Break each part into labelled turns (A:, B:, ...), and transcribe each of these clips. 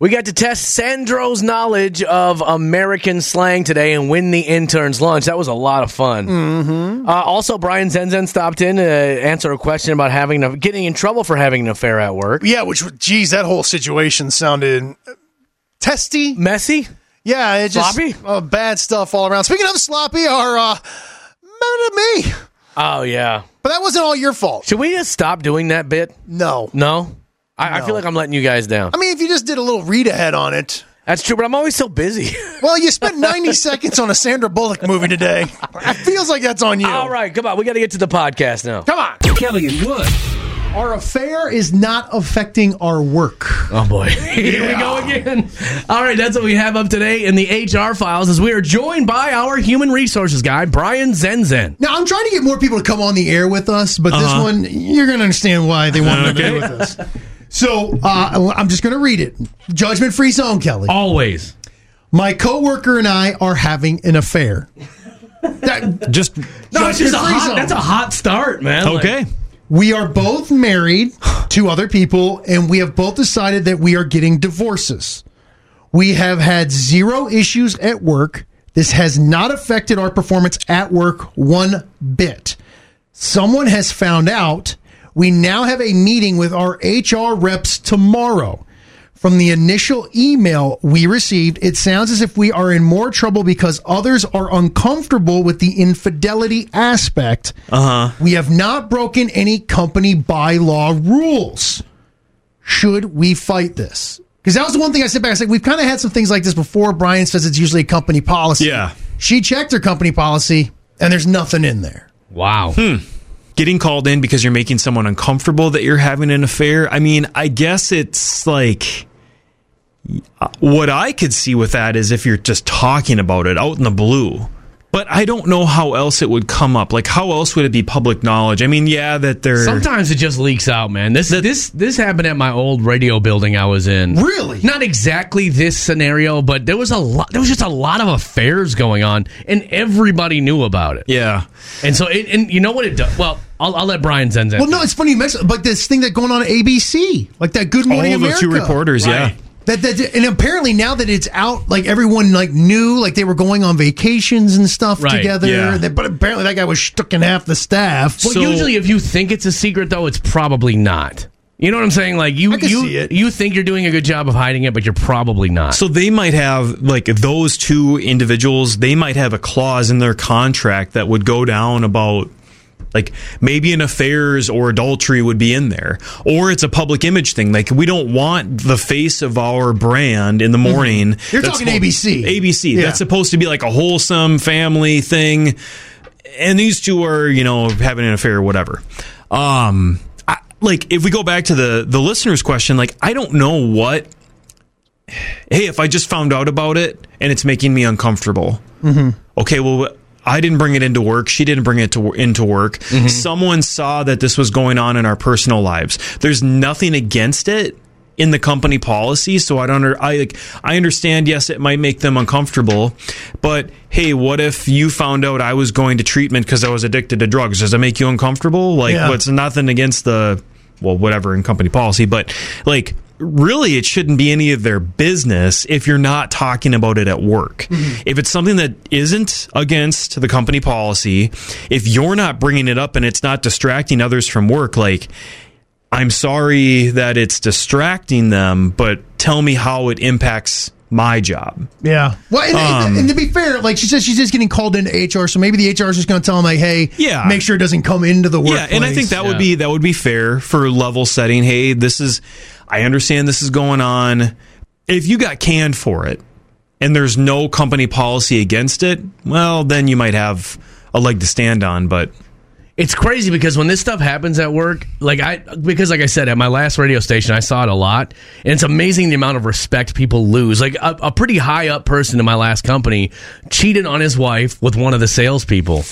A: We got to test Sandro's knowledge of American slang today and win the intern's lunch. That was a lot of fun. Mm-hmm. Uh, also, Brian Zenzen stopped in to answer a question about having a, getting in trouble for having an affair at work.
B: Yeah, which was- geez, that whole situation sounded uh, testy.
A: Messy?
B: Yeah, it just
A: Sloppy?
B: uh, bad stuff all around. Speaking of sloppy, our uh, murder me,
A: Oh yeah.
B: but that wasn't all your fault.
A: Should we just stop doing that bit?
B: No,
A: No. I, I feel like I'm letting you guys down.
B: I mean if you just did a little read ahead on it.
A: That's true, but I'm always so busy.
B: Well, you spent 90 seconds on a Sandra Bullock movie today. It feels like that's on you.
A: All right, come on. We got to get to the podcast now.
B: Come on.
C: Kelly and Wood.
B: Our affair is not affecting our work.
A: Oh boy. Here we go again. All right, that's what we have up today in the HR files as we are joined by our human resources guy, Brian Zenzen.
B: Now I'm trying to get more people to come on the air with us, but this one you're going to understand why they wanted to be with us. So uh, I'm just going to read it. Judgment free zone, Kelly.
A: Always.
B: My coworker and I are having an affair. That-
D: Just
A: No, it's
B: Judgment
A: just a
B: free
A: hot,
B: zone.
A: that's a hot start, man. Like,
D: okay.
B: we are both married to other people, and we have both decided that we are getting divorces. We have had zero issues at work. This has not affected our performance at work one bit. Someone has found out. We now have a meeting with our HR reps tomorrow. From the initial email we received, it sounds as if we are in more trouble because others are uncomfortable with the infidelity aspect. Uh huh. We have not broken any company bylaw rules should we fight this? Because that was the one thing I said back. I said, we've kind of had some things like this before. Brian says it's usually a company policy.
D: Yeah.
B: She checked her company policy and there's nothing in there.
A: Wow.
D: Getting called in because you're making someone uncomfortable that you're having an affair. I mean, I guess it's like what I could see with that is if you're just talking about it out in the blue. But I don't know how else it would come up. Like, how else would it be public knowledge? I mean, yeah, that they're.
A: Sometimes it just leaks out, man. This this this happened at my old radio building I was in.
B: Really?
A: Not exactly this scenario, but there was a lot there was just a lot of affairs going on and everybody knew about it.
D: yeah.
A: And so it, and you know what it does? Well, I'll, I'll let Brian Zenzen.
B: Well, no, it's funny you mentioned, but this thing that going on at ABC, like that Good
D: All
B: Morning
D: the
B: America.
D: two reporters,
A: Right.
D: yeah.
B: That, that and apparently now that it's out, like everyone like knew, like they were going on vacations and stuff
A: Right,
B: together.
D: yeah.
B: That- but apparently that guy was shook in half the staff.
A: Well,
D: So-
A: usually if you think it's a secret, though, it's probably not. You know what I'm saying? Like you,
B: I can
A: you,
B: see it.
A: you think you're doing a good job of hiding it, but you're probably not.
D: So they might have like those two individuals, they might have a clause in their contract that would go down about like maybe an affairs or adultery would be in there. Or it's a public image thing. Like we don't want the face of our brand in the morning.
B: Mm-hmm. You're
D: That's
B: talking ABC.
D: ABC.
B: Yeah.
D: That's supposed to be like a wholesome family thing. And these two are, you know, having an affair or whatever. Um I, like if we go back to the the listener's question, like I don't know what hey, if I just found out about it and it's making me uncomfortable, okay, well, I didn't bring it into work. She didn't bring it to, into work. Someone saw that this was going on in our personal lives. There's nothing against it in the company policy, so I don't. under- I like, I understand. Yes, it might make them uncomfortable, but hey, what if you found out I was going to treatment because I was addicted to drugs? Does that make you uncomfortable? Like,
B: Yeah.
D: what's nothing against the well, whatever in company policy, but like really it shouldn't be any of their business if you're not talking about it at work. If it's something that isn't against the company policy, if you're not bringing it up and it's not distracting others from work, like I'm sorry that it's distracting them, but tell me how it impacts my job.
B: Yeah. Well, and,
D: Um,
B: and- and to be fair, like she says, she's just getting called into HR, so maybe the HR is just going to tell them, like, hey,
D: Yeah.
B: make sure it doesn't come into the workplace.
D: Yeah, and I think that
A: Yeah.
D: would be that would be fair for level setting. Hey, this is I understand this is going on. If you got canned for it and there's no company policy against it, well, then you might have a leg to stand on, but
A: It's crazy because when this stuff happens at work, like I, because like I said, at my last radio station, I saw it a lot, and it's amazing the amount of respect people lose. Like a, a pretty high up person in my last company cheated on his wife with one of the salespeople,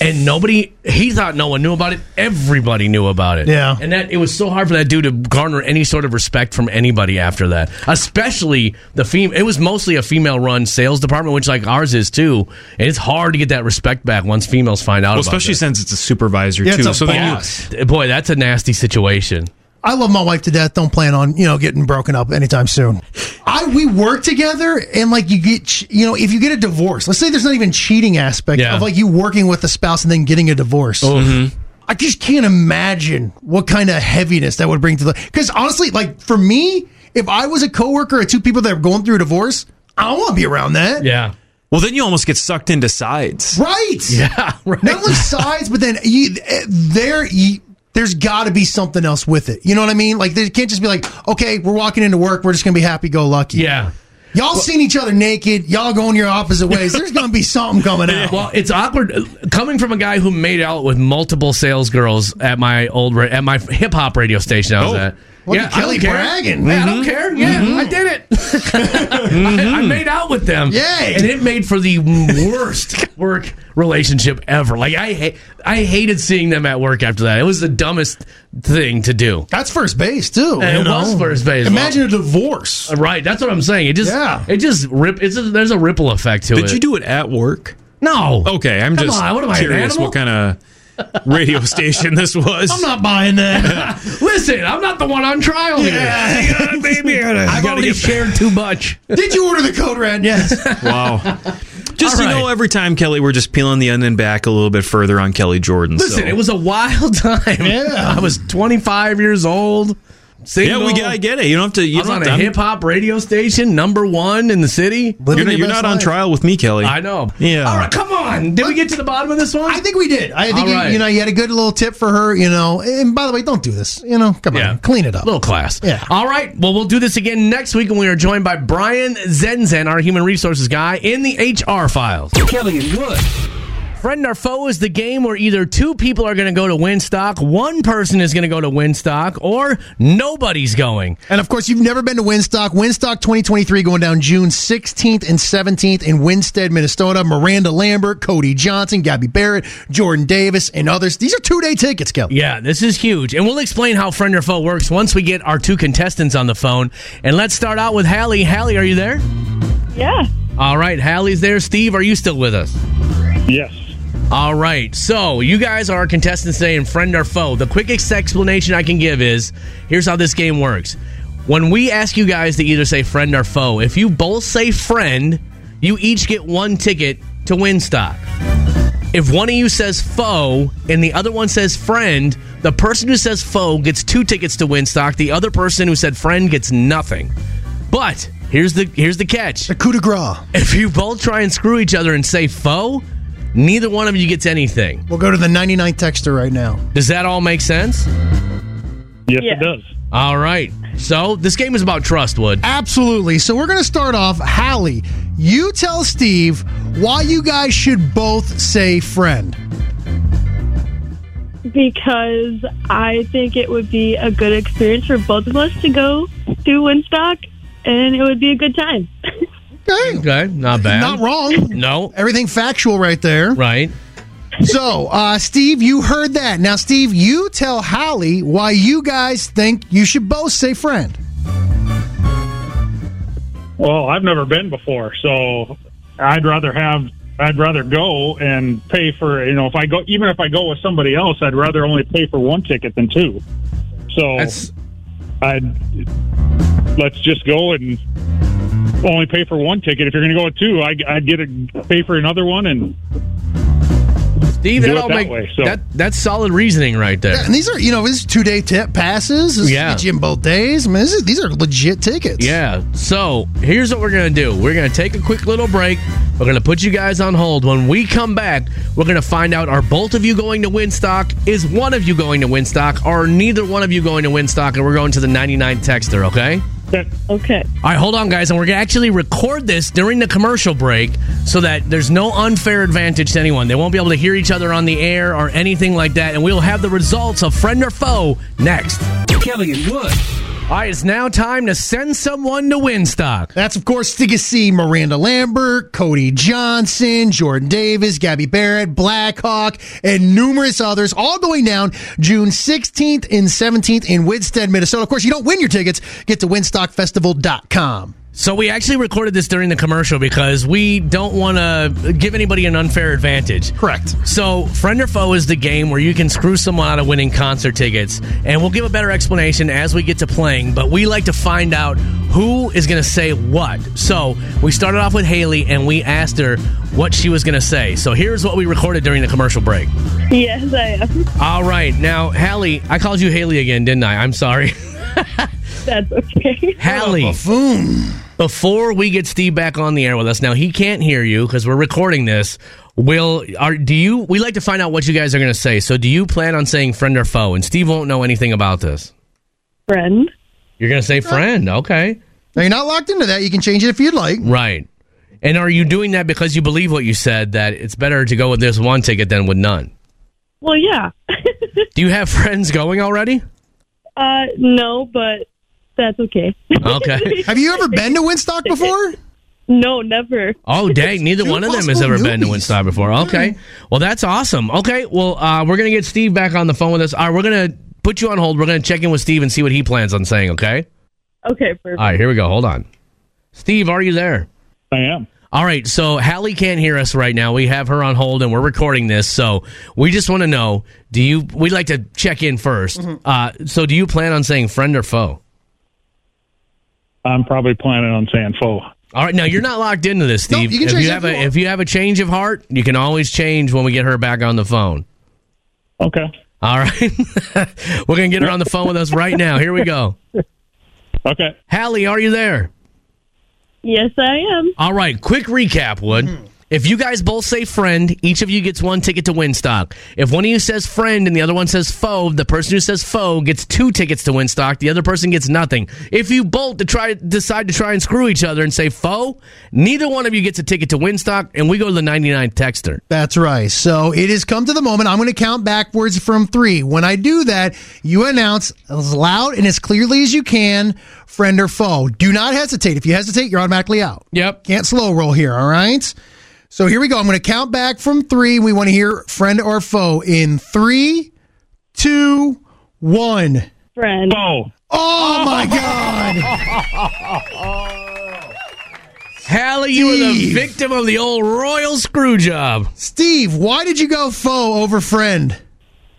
A: and nobody, he thought no one knew about it. Everybody knew about it.
B: Yeah.
A: and that it was so hard for that dude to garner any sort of respect from anybody after that, especially the female. It was mostly a female run sales department, which like ours is too, and it's hard to get that respect back once females find out.
D: well,
A: about
D: especially
A: this.
D: since it's a supervisor
B: Yeah, it's
D: too.
B: a
D: so then you,
B: boss.
A: Boy, that's a nasty situation.
B: I love my wife to death. Don't plan on you know getting broken up anytime soon. I we work together, and like you get ch- you know if you get a divorce, let's say there's not even cheating aspect
A: Yeah.
B: of like you working with a spouse and then getting a divorce. I just can't imagine what kind of heaviness that would bring to the. Because honestly, like for me, if I was a coworker of two people that are going through a divorce, I don't want to be around that.
A: Yeah.
D: Well, then you almost get sucked into sides.
B: Right.
A: Yeah. Right.
B: Not only sides, but then you, there, you, there's got to be something else with it. You know what I mean? Like, they can't just be like, okay, we're walking into work. We're just going to be happy go lucky.
A: yeah.
B: Y'all seen each other naked. Y'all going your opposite ways. There's going to be something coming out.
A: Well, it's awkward coming from a guy who made out with multiple sales girls at my old ra- at my hip hop radio station I was
D: Oh. Mm-hmm.
A: at.
B: Look
A: yeah,
B: at Kelly
A: I don't care.
B: bragging.
A: Yeah, I don't care. Yeah, I did it. I, I made out with them.
B: Yay.
A: and it made for the worst work relationship ever. Like I, ha- I hated seeing them at work after that. It was the dumbest thing to do.
B: That's first base, too.
A: And
B: you
A: it was first base.
B: Imagine a divorce.
A: Right, that's what I'm saying. It just,
B: Yeah.
A: it just rip. It's a, there's a ripple effect to it.
D: Did you do Oh, it at work?
A: No.
D: Okay, I'm
A: Come
D: just
A: on, what am I, an
D: curious
A: animal?
D: what kind of radio station this was.
B: I'm not buying that.
A: Listen, I'm not the one on trial here.
D: baby.
A: I've already shared too much.
B: Did you order the code red? Yes.
D: Wow. Just
A: All
D: you know,
A: right.
D: every time Kelly, we're just peeling the onion back a little bit further on Kelly Jordan.
A: Listen,
D: so-
A: it was a wild time.
B: Yeah.
A: I was 25 years old.
D: yeah,
A: Single.
D: we got, I get it. You don't have to. You
A: I was
D: don't
A: on
D: have
A: a
D: to-
A: hip hop radio station, number one in the city.
D: You're not,
B: Living your
D: you're
B: best
D: not on
B: life.
D: trial with me, Kelly.
A: I know.
D: Yeah.
A: All right, come on. Did we get to the bottom of this one?
B: I think we did. I think
A: All
B: you,
A: right.
B: you know you had a good little tip for her. You know, and by the way, don't do this. You know, come on, clean it up.
A: Little class.
B: Yeah.
A: All right. Well, we'll do this again next week when we are joined by Brian Zenzen, our human resources guy, in the HR files.
C: Kelly and Wood.
A: Friend or foe is the game where either two people are going to go to Winstock, one person is going to go to Winstock, or nobody's going.
B: And of course, you've never been to Winstock. Winstock 2023 going down June 16th and 17th in Winstead, Minnesota. Miranda Lambert, Cody Johnson, Gabby Barrett, Jordan Davis, and others. These are two day tickets, Kelly.
A: Yeah, this is huge. And we'll explain how friend or foe works once we get our two contestants on the phone. And let's start out with Hallie. Hallie, are you there?
E: Yeah.
A: All right, Hallie's there. Steve, are you still with us?
F: Yes.
A: All right, so you guys are our contestants today in Friend or Foe. The quickest explanation I can give is here's how this game works. When we ask you guys to either say friend or foe, if you both say friend, you each get one ticket to Winstock. If one of you says foe and the other one says friend, the person who says foe gets two tickets to Winstock. The other person who said friend gets nothing. But here's the here's the catch
B: The coup de grace.
A: if you both try and screw each other and say foe, neither one of you gets anything.
B: We'll go to the 99 texter right now.
A: Does that all make sense?
F: Yes,
E: Yeah.
F: it does.
A: All right. So this game is about trust, Wood.
B: Absolutely. So we're going to start off. Hallie, you tell Steve why you guys should both say friend.
E: Because I think it would be a good experience for both of us to go to Woodstock, and it would be a good time.
B: Okay.
A: Okay, not bad.
B: Not wrong.
A: No,
B: Everything factual right there.
A: right.
B: So, uh, Steve, you heard that. Now, Steve, you tell Hallie why you guys think you should both say friend.
F: Well, I've never been before, so I'd rather have I'd rather go and pay for you know if I go even if I go with somebody else, I'd rather only pay for one ticket than two. So
A: That's
F: I'd let's just go and only pay for one ticket. If you're going to go with two, I, I'd get a, pay for another one and
A: Steve.
F: Do
A: That
F: it
A: all
F: that
A: make
F: way, so-
A: that that's solid reasoning right there.
B: And these are, you know, this is two day tip passes. This
A: Yeah.
B: yeah. Get you in both days. I mean, this is, these are legit tickets.
A: Yeah. So here's what we're gonna do. We're gonna take a quick little break. We're gonna put you guys on hold. When we come back, we're gonna find out are both of you going to Winstock? Is one of you going to Winstock? Or neither one of you going to Winstock? And we're going to the 99 texter. Okay.
F: that,
E: Okay.
A: All right, hold on, guys, and we're gonna actually record this during the commercial break so that there's no unfair advantage to anyone. They won't be able to hear each other on the air or anything like that, and we'll have the results of friend or foe next.
C: Kelly and Wood.
A: All right, it's now time to send someone to Winstock.
B: That's, of course, Stigacy, Miranda Lambert, Cody Johnson, Jordan Davis, Gabby Barrett, Blackhawk, and numerous others, all going down June 16th and 17th in Winstead, Minnesota. Of course, you don't win your tickets. Get to winstockfestival.com.
A: So we actually recorded this during the commercial because we don't want to give anybody an unfair advantage.
D: Correct.
A: So friend or foe is the game where you can screw someone out of winning concert tickets, and we'll give a better explanation as we get to playing. But we like to find out who is going to say what. So we started off with Haley, and we asked her what she was going to say. So here's what we recorded during the commercial break.
E: Yes, I am.
A: All right, now Hallie, I called you Haley again, didn't I? I'm sorry,
E: That's okay.
A: Hallie.
B: Buffoon.
A: before we get Steve back on the air with us. Now he can't hear you because we're recording this. Will are do you? We like to find out what you guys are going to say. So do you plan on saying friend or foe? And Steve won't know anything about this.
E: Friend.
A: You're going to say friend, okay?
B: Now you're not locked into that. You can change it if you'd like.
A: Right. And are you doing that because you believe what you said that it's better to go with this one ticket than with none?
E: Well, yeah.
A: Do you have friends going already?
E: uh, no, but that's okay.
A: Okay.
B: Have you ever been to Winstock before?
E: no, never.
A: Oh, dang. Neither
B: two
A: one of them has
B: possible Hmm.
A: ever been to
B: newbies.
A: Winstock before. Okay. Well, that's awesome. Okay. Well, uh, we're going to get Steve back on the phone with us. All right. We're going to put you on hold. We're going to check in with Steve and see what he plans on saying, okay?
E: Okay, perfect.
A: All right. Here we go. Hold on. Steve, are you there?
F: I am.
A: All right, so Hallie can't hear us right now. We have her on hold and we're recording this. So we just want to know do you, we'd like to check in 1st
B: Mm-hmm.
A: Uh, so do you plan on saying friend or foe?
F: I'm probably planning on saying foe.
A: All right, now you're not locked into this,
B: No,
A: Steve.
B: you can
A: if
B: change
A: you
B: it
A: have
B: if you
A: a
B: want.
A: if you have a change of heart, you can always change when we get her back on the phone.
F: Okay.
A: All right, we're gonna get her on the phone with us right now. Here we go.
F: Okay.
A: Hallie, are you there?
E: Yes, I am.
A: All right, quick recap, Wood. If you guys both say friend, each of you gets one ticket to Winstock. If one of you says friend and the other one says foe, the person who says foe gets two tickets to Winstock. The other person gets nothing. If you both to try, decide to try and screw each other and say foe, neither one of you gets a ticket to Winstock, and we go to the 99th texter.
B: That's right. So it has come to the moment. I'm going to count backwards from three. When I do that, you announce as loud and as clearly as you can, friend or foe. Do not hesitate. If you hesitate, you're automatically out.
A: Yep.
B: Can't slow roll here. All right. So here we go. I'm going to count back from three. We want to hear friend or foe in three, two, one.
E: Friend.
F: Foe.
B: Oh my God.
A: Hallie, you were the
B: Steve.
A: victim of the old royal screw job.
B: Steve, why did you go foe over friend?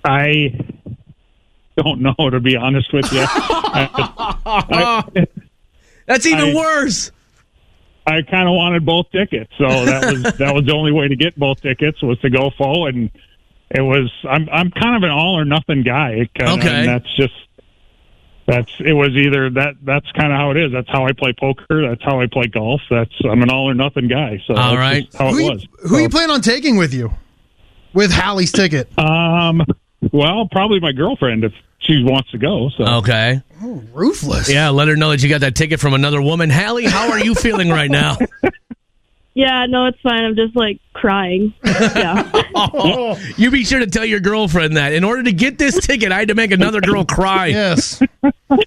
F: I don't know to be honest with you.
A: That's even
F: I-
A: worse.
F: I kind of wanted both tickets, so that was that was the only way to get both tickets was to go full, and it was. I'm I'm kind of an all or nothing guy. Kinda,
A: Okay.
F: and that's just that's it was either that that's kind of how it is. That's how I play poker. That's how I play golf. That's I'm an all or nothing guy. So
A: All
F: that's
A: right.
G: Oh,
F: just how
B: Who
F: it
B: you-
F: was.
B: who you plan on taking with you? With Hallie's ticket.
F: Um, well, probably my girlfriend if she wants to go. So
A: Okay.
B: Roofless.
A: Yeah, let her know that you got that ticket from another woman. Hallie, how are you feeling right now?
E: Yeah, no, it's fine. I'm just like crying. Yeah.
A: You be sure to tell your girlfriend that. In order to get this ticket, I had to make another girl cry.
B: Yes.
A: Well,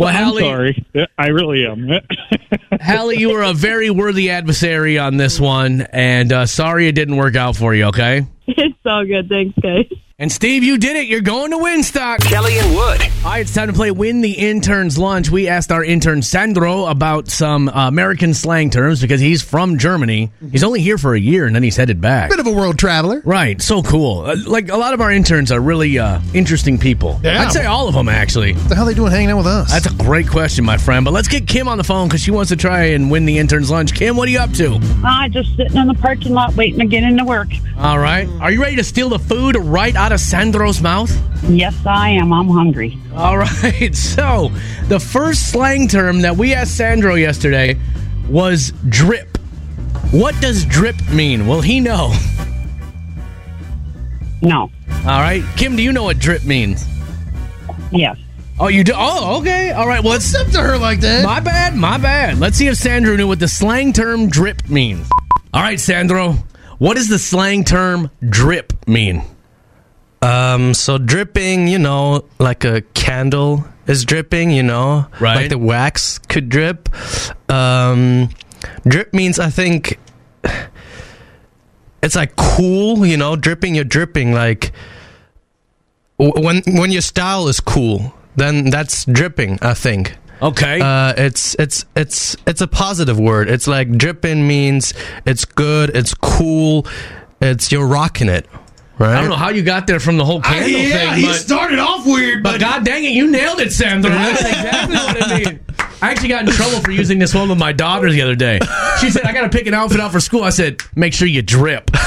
F: I'm
A: Hallie,
F: sorry, I really am.
A: Hallie, you were a very worthy adversary on this one, and uh, sorry it didn't work out for you, okay?
E: it's all good. Thanks, guys.
A: And Steve, you did it. You're going to Winstock.
C: Kelly and Wood.
A: All right, it's time to play Win the Intern's Lunch. We asked our intern Sandro about some uh, American slang terms because he's from Germany. He's only here for a year and then he's headed back.
B: Bit of a world traveler.
A: Right, so cool. Uh, like a lot of our interns are really uh, interesting people.
B: Yeah.
A: I'd say all of them actually.
B: What the hell are they doing hanging out with us?
A: That's a great question, my friend. But let's get Kim on the phone because she wants to try and win the intern's lunch. Kim, what are you up to?
H: I just sitting in the parking lot waiting to get into work.
A: All right, are you ready to steal the food right out of Sandro's mouth?
H: Yes, I am. I'm hungry.
A: All right. So the first slang term that we asked Sandro yesterday was drip. What does drip mean? Well, he know.
H: No.
A: All right, Kim, do you know what drip means?
H: Yes.
A: Oh, you do. Oh, okay. All right. Well, let's.
B: up to her like that.
A: My bad. My bad. Let's see if Sandro knew what the slang term drip means. All right, Sandro. What does the slang term drip mean?
I: Um, so dripping, you know, like a candle is dripping, you know,
A: Right.
I: like the wax could drip. Um, drip means I think it's like cool, you know, dripping. You're dripping like w- when when your style is cool, then that's dripping. I think.
A: Okay.
I: Uh, it's it's it's it's a positive word. It's like dripping means it's good, it's cool, it's you're rocking it, right?
A: I don't know how you got there from the whole candle
D: yeah,
A: thing,
D: he
A: but,
D: started off weird,
A: but
D: but
A: god dang it, you nailed it, Sam. The- That's exactly what I mean. I actually got in trouble for using this one with my daughter the other day. She said, I got to pick an outfit out for school. I said, make sure you drip.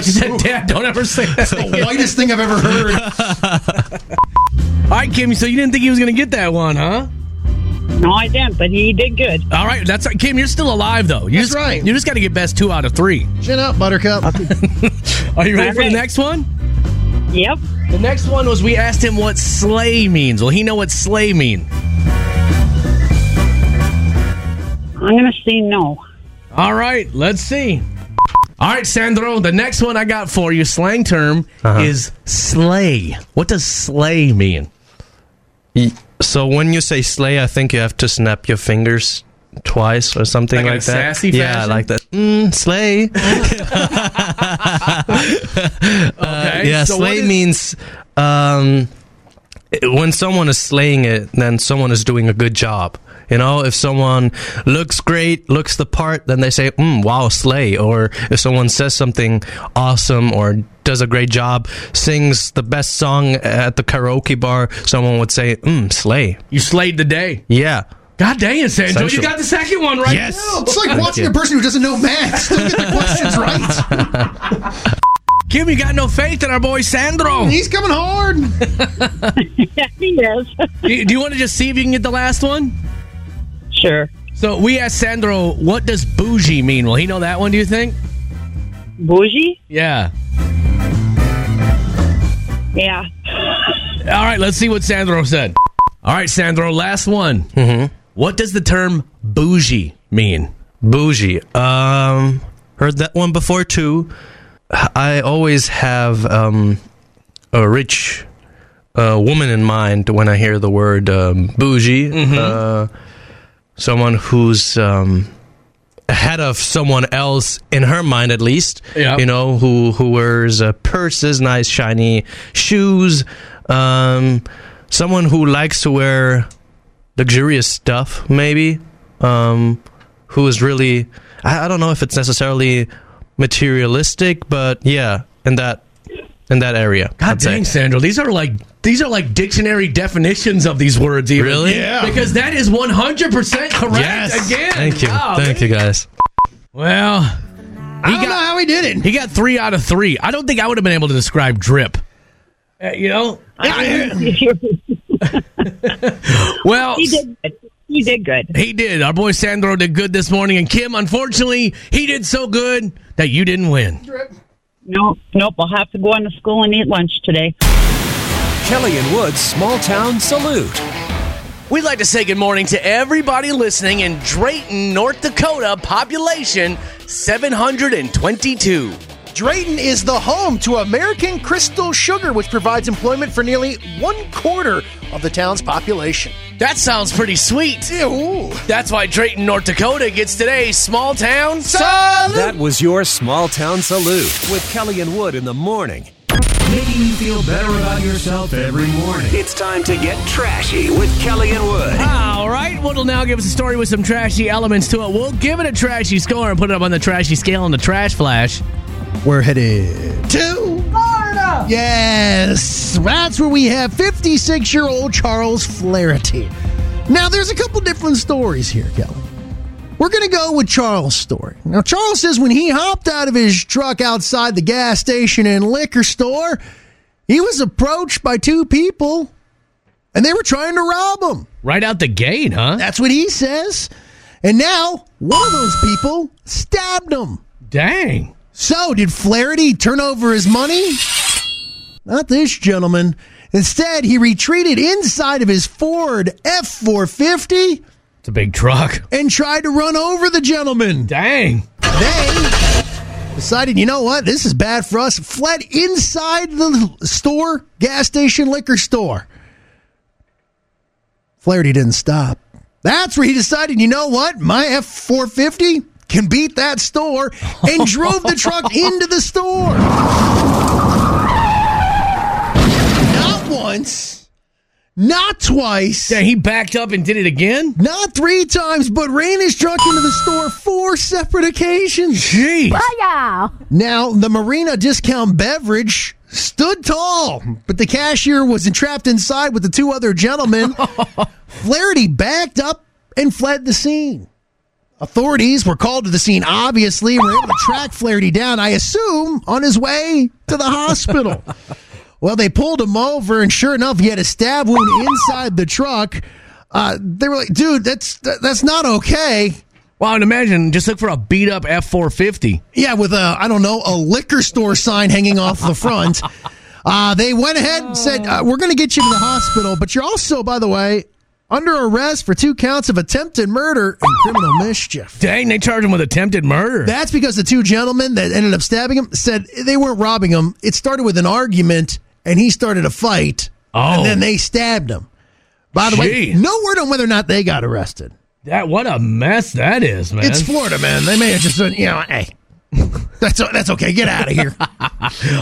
A: She
B: that's
A: said, Dad, don't ever say that. again."
B: the whitest thing I've ever heard.
A: All right, Kimmy, so you didn't think he was going to get that one, huh?
H: No, I didn't, but he did good.
A: All right, that's Kim, you're still alive, though. You
B: That's
A: just,
B: right.
A: You just got to get best two out of three.
B: Chin up, Buttercup.
A: Are you ready for the
H: right.
A: next one?
H: Yep.
A: The next one was we asked him what slay means. Will he know what slay mean?
H: I'm going to say no.
A: All right, let's see. All right, Sandro, the next one I got for you, slang term,
I: Uh-huh.
A: is slay. What does slay mean?
I: Y- So when you say slay, I think you have to snap your fingers twice or something
A: Like
I: like,
A: in a
I: that.
A: sassy
I: yeah,
A: fashion?
I: like that. Mm, slay.
A: Okay,
I: Uh, Yeah,
A: so what
I: slay
A: is-
I: means um, it- when someone is slaying it, then someone is doing a good job. You know, if someone looks great, looks the part, then they say, mm, wow, slay. Or if someone says something awesome or does a great job, sings the best song at the karaoke bar, someone would say, mm, slay.
A: You slayed the day.
I: Yeah.
A: God dang it, Sandro, you
I: Essential.
A: got the second one right.
B: It's like watching a person who doesn't know math still get the questions right.
A: Kim, you got no faith in our boy Sandro.
B: He's coming hard.
H: Yeah, he is.
A: do do you want to just see if you can get the last one?
H: sure.
A: So we asked Sandro, what does bougie mean? Will he know that one, do you think?
H: Bougie?
A: Yeah.
H: Yeah.
A: All right, let's see what Sandro said. All right, Sandro, last one. Mm-hmm. What does the term bougie mean?
I: Bougie. Um, heard that one before too. I always have um, a rich uh, woman in mind when I hear the word um, bougie. Uh, someone who's um, ahead of someone else in her mind, at least.
A: Yeah.
I: You know, who who wears uh, purses, nice shiny shoes. Um, someone who likes to wear luxurious stuff, maybe. Um, who is really, I, I don't know if it's necessarily materialistic, but yeah, in that in that area.
A: God
I: I'd say.
A: dang, Sandro, these are like these are like dictionary definitions of these words. Even.
I: Really?
A: Yeah. Because that is one hundred percent correct.
I: Yes.
A: Again.
I: Thank you.
A: Wow,
I: Thank you, guys.
A: Well,
B: I don't know how he did it.
A: he got three out of three. I don't think I would have been able to describe drip. Uh, you know.
H: he
A: Well,
H: did good. He did good.
A: He did. Our boy Sandro did good this morning, and Kim, unfortunately, he did so good that you didn't win.
H: Nope. Nope. I'll have to go on to school and eat lunch today.
C: Kelly and Wood's Small Town Salute.
A: We'd like to say good morning to everybody listening in Drayton, North Dakota, population 722.
G: Drayton is the home to American Crystal Sugar, which provides employment for nearly one quarter of the town's population.
A: That sounds pretty sweet.
G: Ew.
A: That's why Drayton, North Dakota gets today's small town.
C: That was your Small Town Salute with Kelly and Wood in the morning. Making you feel better about yourself every morning. It's time to get trashy with Kelly and Wood.
A: All right, Wood will now give us a story with some trashy elements to it. We'll give it a trashy score and put it up on the trashy scale on the trash flash.
B: We're headed to Florida. Yes, that's where we have 56 year old Charles Flaherty. Now, there's a couple different stories here, Kelly. We're going to go with Charles' story. Now, Charles says when he hopped out of his truck outside the gas station and liquor store, he was approached by two people and they were trying to rob him.
A: Right out the gate, huh?
B: That's what he says. And now, one of those people stabbed him.
A: Dang.
B: So, did Flaherty turn over his money? Not this gentleman. Instead, he retreated inside of his Ford F 450
A: It's a big truck.
B: and tried to run over the gentleman.
A: Dang.
B: They decided, you know what, this is bad for us, fled inside the store, gas station, liquor store. Flaherty didn't stop. That's where he decided, you know what, my F 450 can beat that store and drove the truck into the store. Not once, Not twice.
A: Yeah, he backed up and did it again.
B: Not three times, but ran his truck into the store four separate occasions.
A: Jeez.
B: Now, the Marina discount beverage stood tall, but the cashier was entrapped inside with the two other gentlemen. Flaherty backed up and fled the scene. Authorities were called to the scene, obviously, were able to track Flaherty down, I assume, on his way to the hospital. well, they pulled him over, and sure enough, he had a stab wound inside the truck. Uh, they were like, dude, that's that, that's not okay.
A: Wow, and imagine just look for a beat up F four fifty.
B: Yeah, with a I don't know a liquor store sign hanging off the front. Uh, they went ahead and said, uh, "We're going to get you to the hospital, but you're also, by the way, under arrest for two counts of attempted murder and criminal mischief."
A: Dang, they charged him with attempted murder.
B: That's because the two gentlemen that ended up stabbing him said they weren't robbing him. It started with an argument, and he started a fight,
A: Oh.
B: and then they stabbed him. By the way,
A: Gee.
B: no word on whether or not they got arrested.
A: that what a mess that is, man.
B: It's Florida, man. They may have just said, you know, hey, that's that's okay. Get out of here.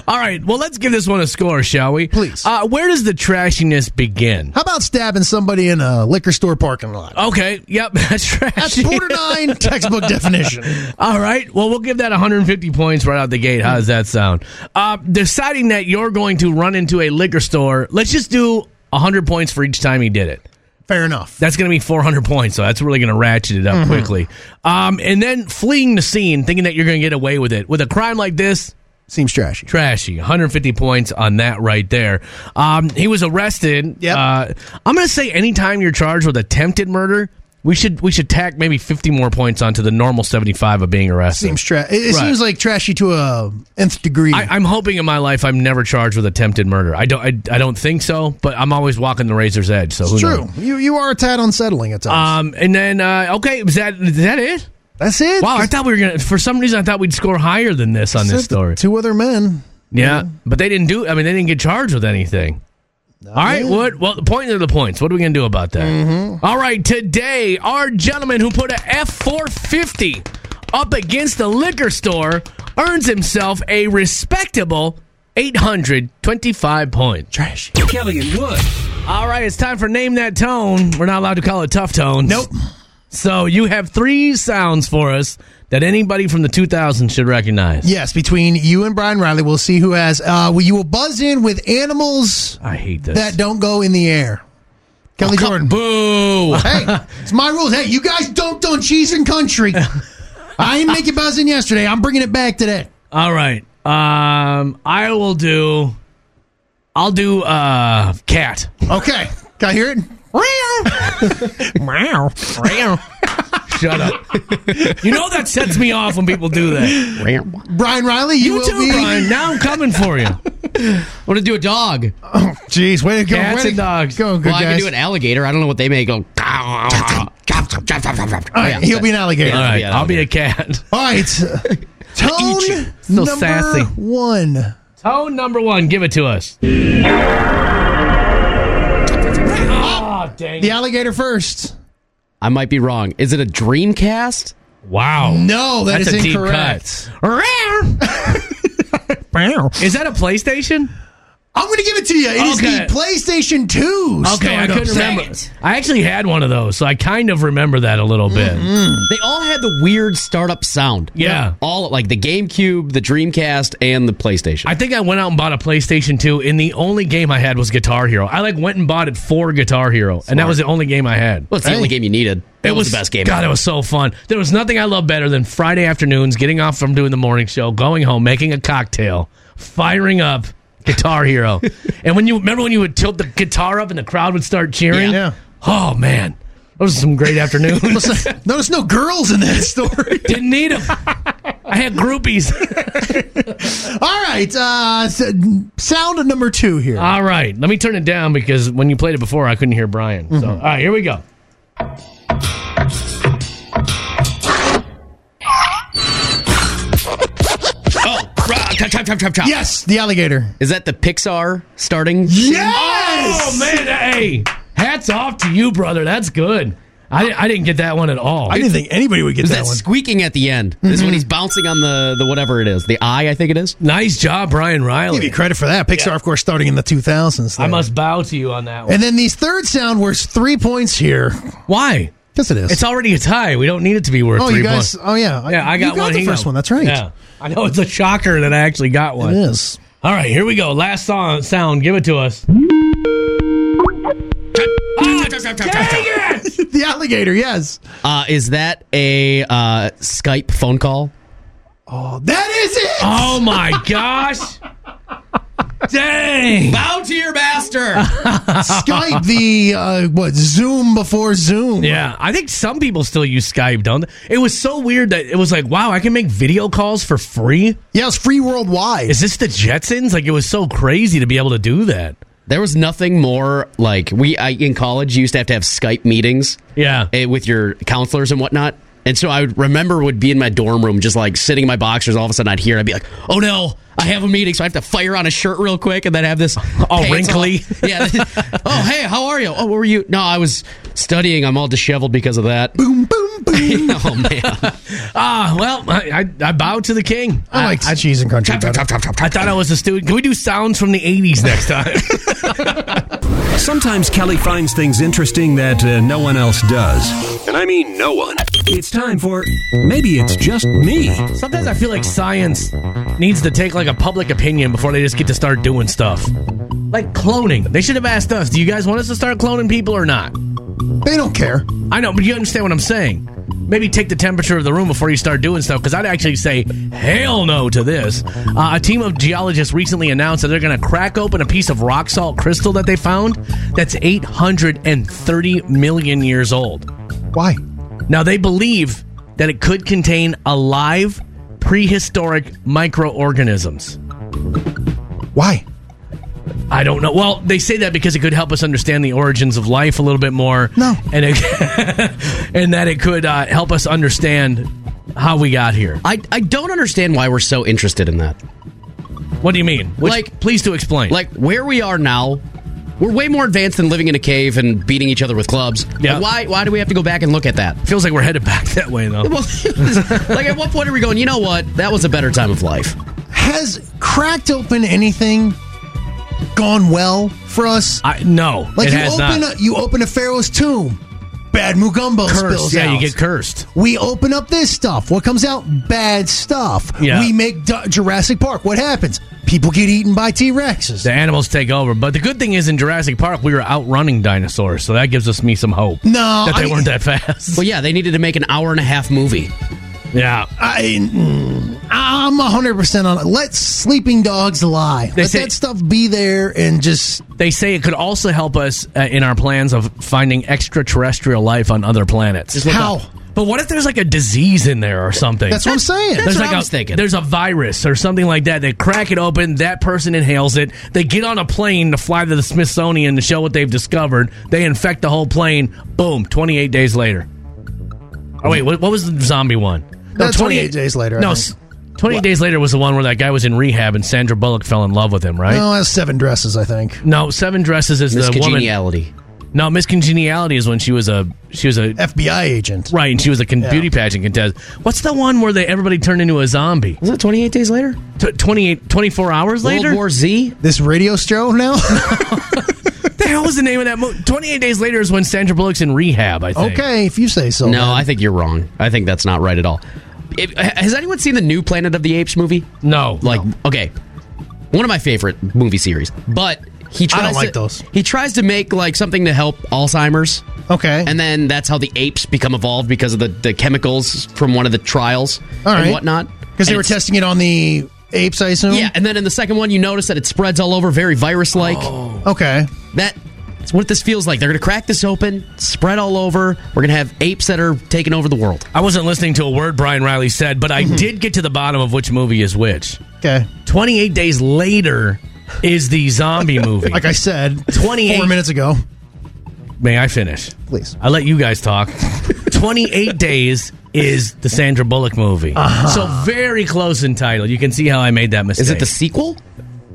A: All right, well, let's give this one a score, shall we?
B: Please.
A: Uh, where does the trashiness begin?
B: How about stabbing somebody in a liquor store parking lot?
A: Okay, yep, that's trashy.
B: That's borderline textbook definition.
A: All right. Well, we'll give that 150 points right out the gate. How does that sound? Uh, deciding that you're going to run into a liquor store, let's just do 100 points for each time he did it.
B: Fair enough.
A: That's going to be 400 points, so that's really going to ratchet it up quickly. Um, and then fleeing the scene, thinking that you're going to get away with it. With a crime like this,
B: Seems trashy.
A: trashy. 150 points on that right there. Um, he was arrested.
B: Yep.
A: Uh, I'm going to say anytime you're charged with attempted murder, we should we should tack maybe 50 more points onto the normal 75 of being arrested.
B: Seems trash. It, it
A: Right.
B: seems like trashy to a nth degree.
A: I, I'm hoping in my life I'm never charged with attempted murder. I don't. I, I don't think so. But I'm always walking the razor's edge. So who
B: it's true.
A: knows?
B: You you are a tad unsettling at times.
A: Um, and then uh, okay, is that is that it?
B: That's it.
A: Wow, I thought we were gonna. For some reason, I thought we'd score higher than this on
B: Said
A: this
B: the
A: story.
B: Two other men.
A: yeah, but they didn't do. I mean, they didn't get charged with anything. All right,
B: yet.
A: what? Well, the point are the points. What are we gonna do about that?
B: Mm-hmm.
A: All right, today our gentleman who put a F four fifty up against the liquor store earns himself a respectable eight hundred twenty five points.
B: Trash.
C: Kelly and Wood.
A: All right, it's time for name that tone. We're not allowed to call it tough tones.
B: Nope.
A: So you have three sounds for us that anybody from the 2000s should recognize.
B: Yes, between you and Brian Riley, we'll see who has. Uh, well, you will buzz in with animals
A: I hate this.
B: that don't go in the air. Kelly Jordan.
A: Boo!
B: Hey, it's my rules. Hey, you guys dunked on cheese and country. I didn't make it buzzing yesterday. I'm bringing it back today.
A: All right. Um, I will do. I'll do uh cat.
B: Okay. Can I hear it? Meow.
A: Shut up. you know that sets me off when people do that.
B: Brian Riley, you,
A: You
B: will
A: too,
B: be.
A: Brian. Now I'm coming for you. I'm gonna do a dog.
B: Jeez, way to go.
A: Cats
B: way to
A: and dogs.
B: Go, good
J: well, I
B: guys.
J: can do an alligator. I don't know what they make. Go. Oh,
B: All right,
J: yeah.
B: he'll be an alligator.
A: All right.
J: yeah,
A: I'll be a cat.
B: All right. Tone
A: So
B: number
A: sassy.
B: one.
A: Tone number one. Give it to us. Ah, dang.
B: The alligator first.
J: I might be wrong. Is it a Dreamcast?
A: Wow.
B: No, that
A: That's
B: is
A: a deep
B: incorrect.
A: Is that a PlayStation?
B: I'm going to give it to you. It is
A: Okay.
B: the PlayStation 2.
A: Okay, I
B: startup.
A: couldn't remember. I actually had one of those, so I kind of remember that a little bit.
B: Mm-hmm.
J: They all had the weird startup sound.
A: Yeah.
J: All like the GameCube, the Dreamcast, and the PlayStation.
A: I think I went out and bought a PlayStation 2, and the only game I had was Guitar Hero. I like went and bought it for Guitar Hero, and that was the only game I had.
J: well, it's the only game you needed. That was, the best game.
A: God, it was so fun. There was nothing I love better than Friday afternoons, getting off from doing the morning show, going home, making a cocktail, firing up Guitar Hero. and when you remember when you would tilt the guitar up and the crowd would start cheering?
B: Yeah.
A: Oh man. Those are some great afternoons.
B: Notice no girls in that story.
A: Didn't need them. I had groupies.
B: All right. Uh, s- sound number two here.
A: All right, let me turn it down because when you played it before, I couldn't hear Brian.
B: Mm-hmm.
A: So, all right, here we go. Oh,
B: yes, the alligator.
J: Is that the Pixar starting?
B: Yes!
A: Oh man, hey, hats off to you, brother. That's good. I didn't, I didn't get that one at all.
J: I didn't
A: think anybody would get
J: There's
A: that one. Mm-hmm.
J: squeaking at the end. This is when he's bouncing on the the whatever it is, the eye, I think it is.
A: Nice job, Brian Riley.
B: Give you credit for that. Pixar, of course, starting in the 2000s.
A: I
B: there.
A: must bow to you on that one.
B: And then the third sound was three points here.
A: Why?
B: Yes, it is.
A: It's already a tie. We don't need it to be worth
B: oh,
A: three
B: you guys.
A: points.
B: Oh, yeah.
A: yeah, I got,
B: you got
A: one.
B: the
A: Hang
B: first
A: on.
B: one. That's right.
A: Yeah. I know it's a shocker that I actually got one.
B: It is.
A: All right, here we go. Last song, sound. Give it to us. Ah, dang it!
B: the alligator, yes.
J: Uh, is that a uh, Skype phone call?
B: That is it.
A: Oh my gosh! Dang!
J: Bow to your master.
B: Skype, the uh, what Zoom before Zoom.
A: Yeah, I think some people still use Skype, don't they? It was so weird that it was like, wow, I can make video calls for free.
B: Yeah, it's free worldwide.
A: Is this the Jetsons? Like, it was so crazy to be able to do that.
J: there was nothing more like we I, in college. You used to have to have Skype meetings
A: Yeah.
J: eh, with your counselors and whatnot. And so I would remember would be in my dorm room, just like sitting in my boxers. All of a sudden, I'd hear. I'd be like, "Oh no, I have a meeting, so I have to fire on a shirt real quick, and then have this all
A: wrinkly.
J: yeah. oh hey, how are you? Oh, where were you? No, I was studying. I'm all disheveled because of that.
B: Boom, boom, boom.
J: oh man,
A: Ah, well, I, I, I bow to the king.
B: I like cheese and country better.
A: I thought I was a student. Can we do sounds from the 80s next time?
C: Sometimes Kelly finds things interesting that uh, no one else does. And I mean no one. It's time for Maybe It's Just Me.
A: Sometimes I feel like science needs to take like a public opinion before they just get to start doing stuff. Like cloning. They should have asked us, do you guys want us to start cloning people or not?
B: They don't care.
A: I know, but you understand what I'm saying. Maybe take the temperature of the room before you start doing stuff, because I'd actually say hell no to this. Uh, a team of geologists recently announced that they're going to crack open a piece of rock salt crystal that they found that's 830 million years old.
B: Why?
A: Now, they believe that it could contain alive prehistoric microorganisms.
B: Why?
A: I don't know. Well, they say that because it could help us understand the origins of life a little bit more.
B: No.
A: and it, and that it could uh, help us understand how we got here.
J: I I don't understand why we're so interested in that.
A: What do you mean? Which-
J: Like-
A: please do explain.
J: like where we are now we're way more advanced than living in a cave and beating each other with clubs
A: Yeah.
J: Like, why why do we have to go back and look at that
A: feels like we're headed back that way though.
J: well, like at what point are we going you know what that was a better time of life
B: Has cracked open anything gone well for us?
A: I, no,
B: Like
A: Uh, it
B: you
A: has
B: open
A: not.
B: a, you open a pharaoh's tomb, bad Mugumbo
A: cursed.
B: spills
A: Yeah,
B: out.
A: you get cursed.
B: we open up this stuff. What comes out? Bad stuff.
A: Yeah.
B: We make Du- Jurassic Park. What happens? People get eaten by T Rexes.
A: The animals take over. But the good thing is, in Jurassic Park, we were outrunning dinosaurs, so that gives us me some hope.
B: No,
A: that they
B: I-
A: weren't that fast.
J: well yeah they needed to make an hour and a half movie
A: yeah,
B: I, mm, I'm 100% on it. Let sleeping dogs lie. Let
A: say-
B: that stuff be there and just.
A: They say it could also help us uh, in our plans of finding extraterrestrial life on other planets.
B: look How? up.
A: But what if there's like a disease in there or something?
B: That's what I'm saying.
A: there's
J: what
A: like
J: I
A: a,
J: was thinking.
A: There's a virus or something like that. They crack it open. That person inhales it. They get on a plane to fly to the Smithsonian to show what they've discovered. They infect the whole plane. Boom. 28 days later. Oh wait, what, what was the zombie one?
B: No, 28 days later, I
A: No,
B: think.
A: s- 28 days later was the one where that guy was in rehab and Sandra Bullock fell in love with him, right?
B: No, it has seven dresses, I think.
A: No, Seven Dresses is
J: this
A: the woman.
J: congeniality
A: No, Miss Congeniality is when she was a she was a
B: FBI agent.
A: right, and she was a con-
B: Yeah.
A: beauty pageant contestant. What's the one where they everybody turned into a zombie?
J: was it 28 days later
A: T- 28, 24 hours later.
J: world war z
B: This radio show now?
A: What the hell was the name of that movie? Twenty eight days later is when Sandra Bullock's in rehab. I think.
B: okay, if you say so.
J: no
B: man.
J: i think you're wrong i think that's not right at all If- has anyone seen the new planet of the apes movie
A: No,
J: like okay one of my favorite movie series but he tries
B: don't like
J: to,
B: those.
J: he tries to make like something to help alzheimer's
B: Okay.
J: and then that's how the apes become evolved because of the, the chemicals from one of the trials
B: All right.
J: and whatnot.
B: Because they
J: And
B: were
J: it's-
B: testing it on the apes, I assume?
J: Yeah, and then in the second one, you notice that it spreads all over, very virus-like.
B: Oh. Okay.
J: That's what this feels like. They're gonna crack this open, spread all over. We're gonna have apes that are taking over the world.
A: I wasn't listening to a word Brian Riley said, but I
B: Mm-hmm.
A: did get to the bottom of which movie is which.
B: Okay.
A: Twenty eight days later is the zombie movie.
B: Like I said,
A: 28
B: four minutes ago.
A: May I finish?
B: Please.
A: I let you guys talk. 28 Days is the Sandra Bullock movie.
B: Uh-huh.
A: So very close in title. You can see how I made that mistake.
J: Is it the sequel?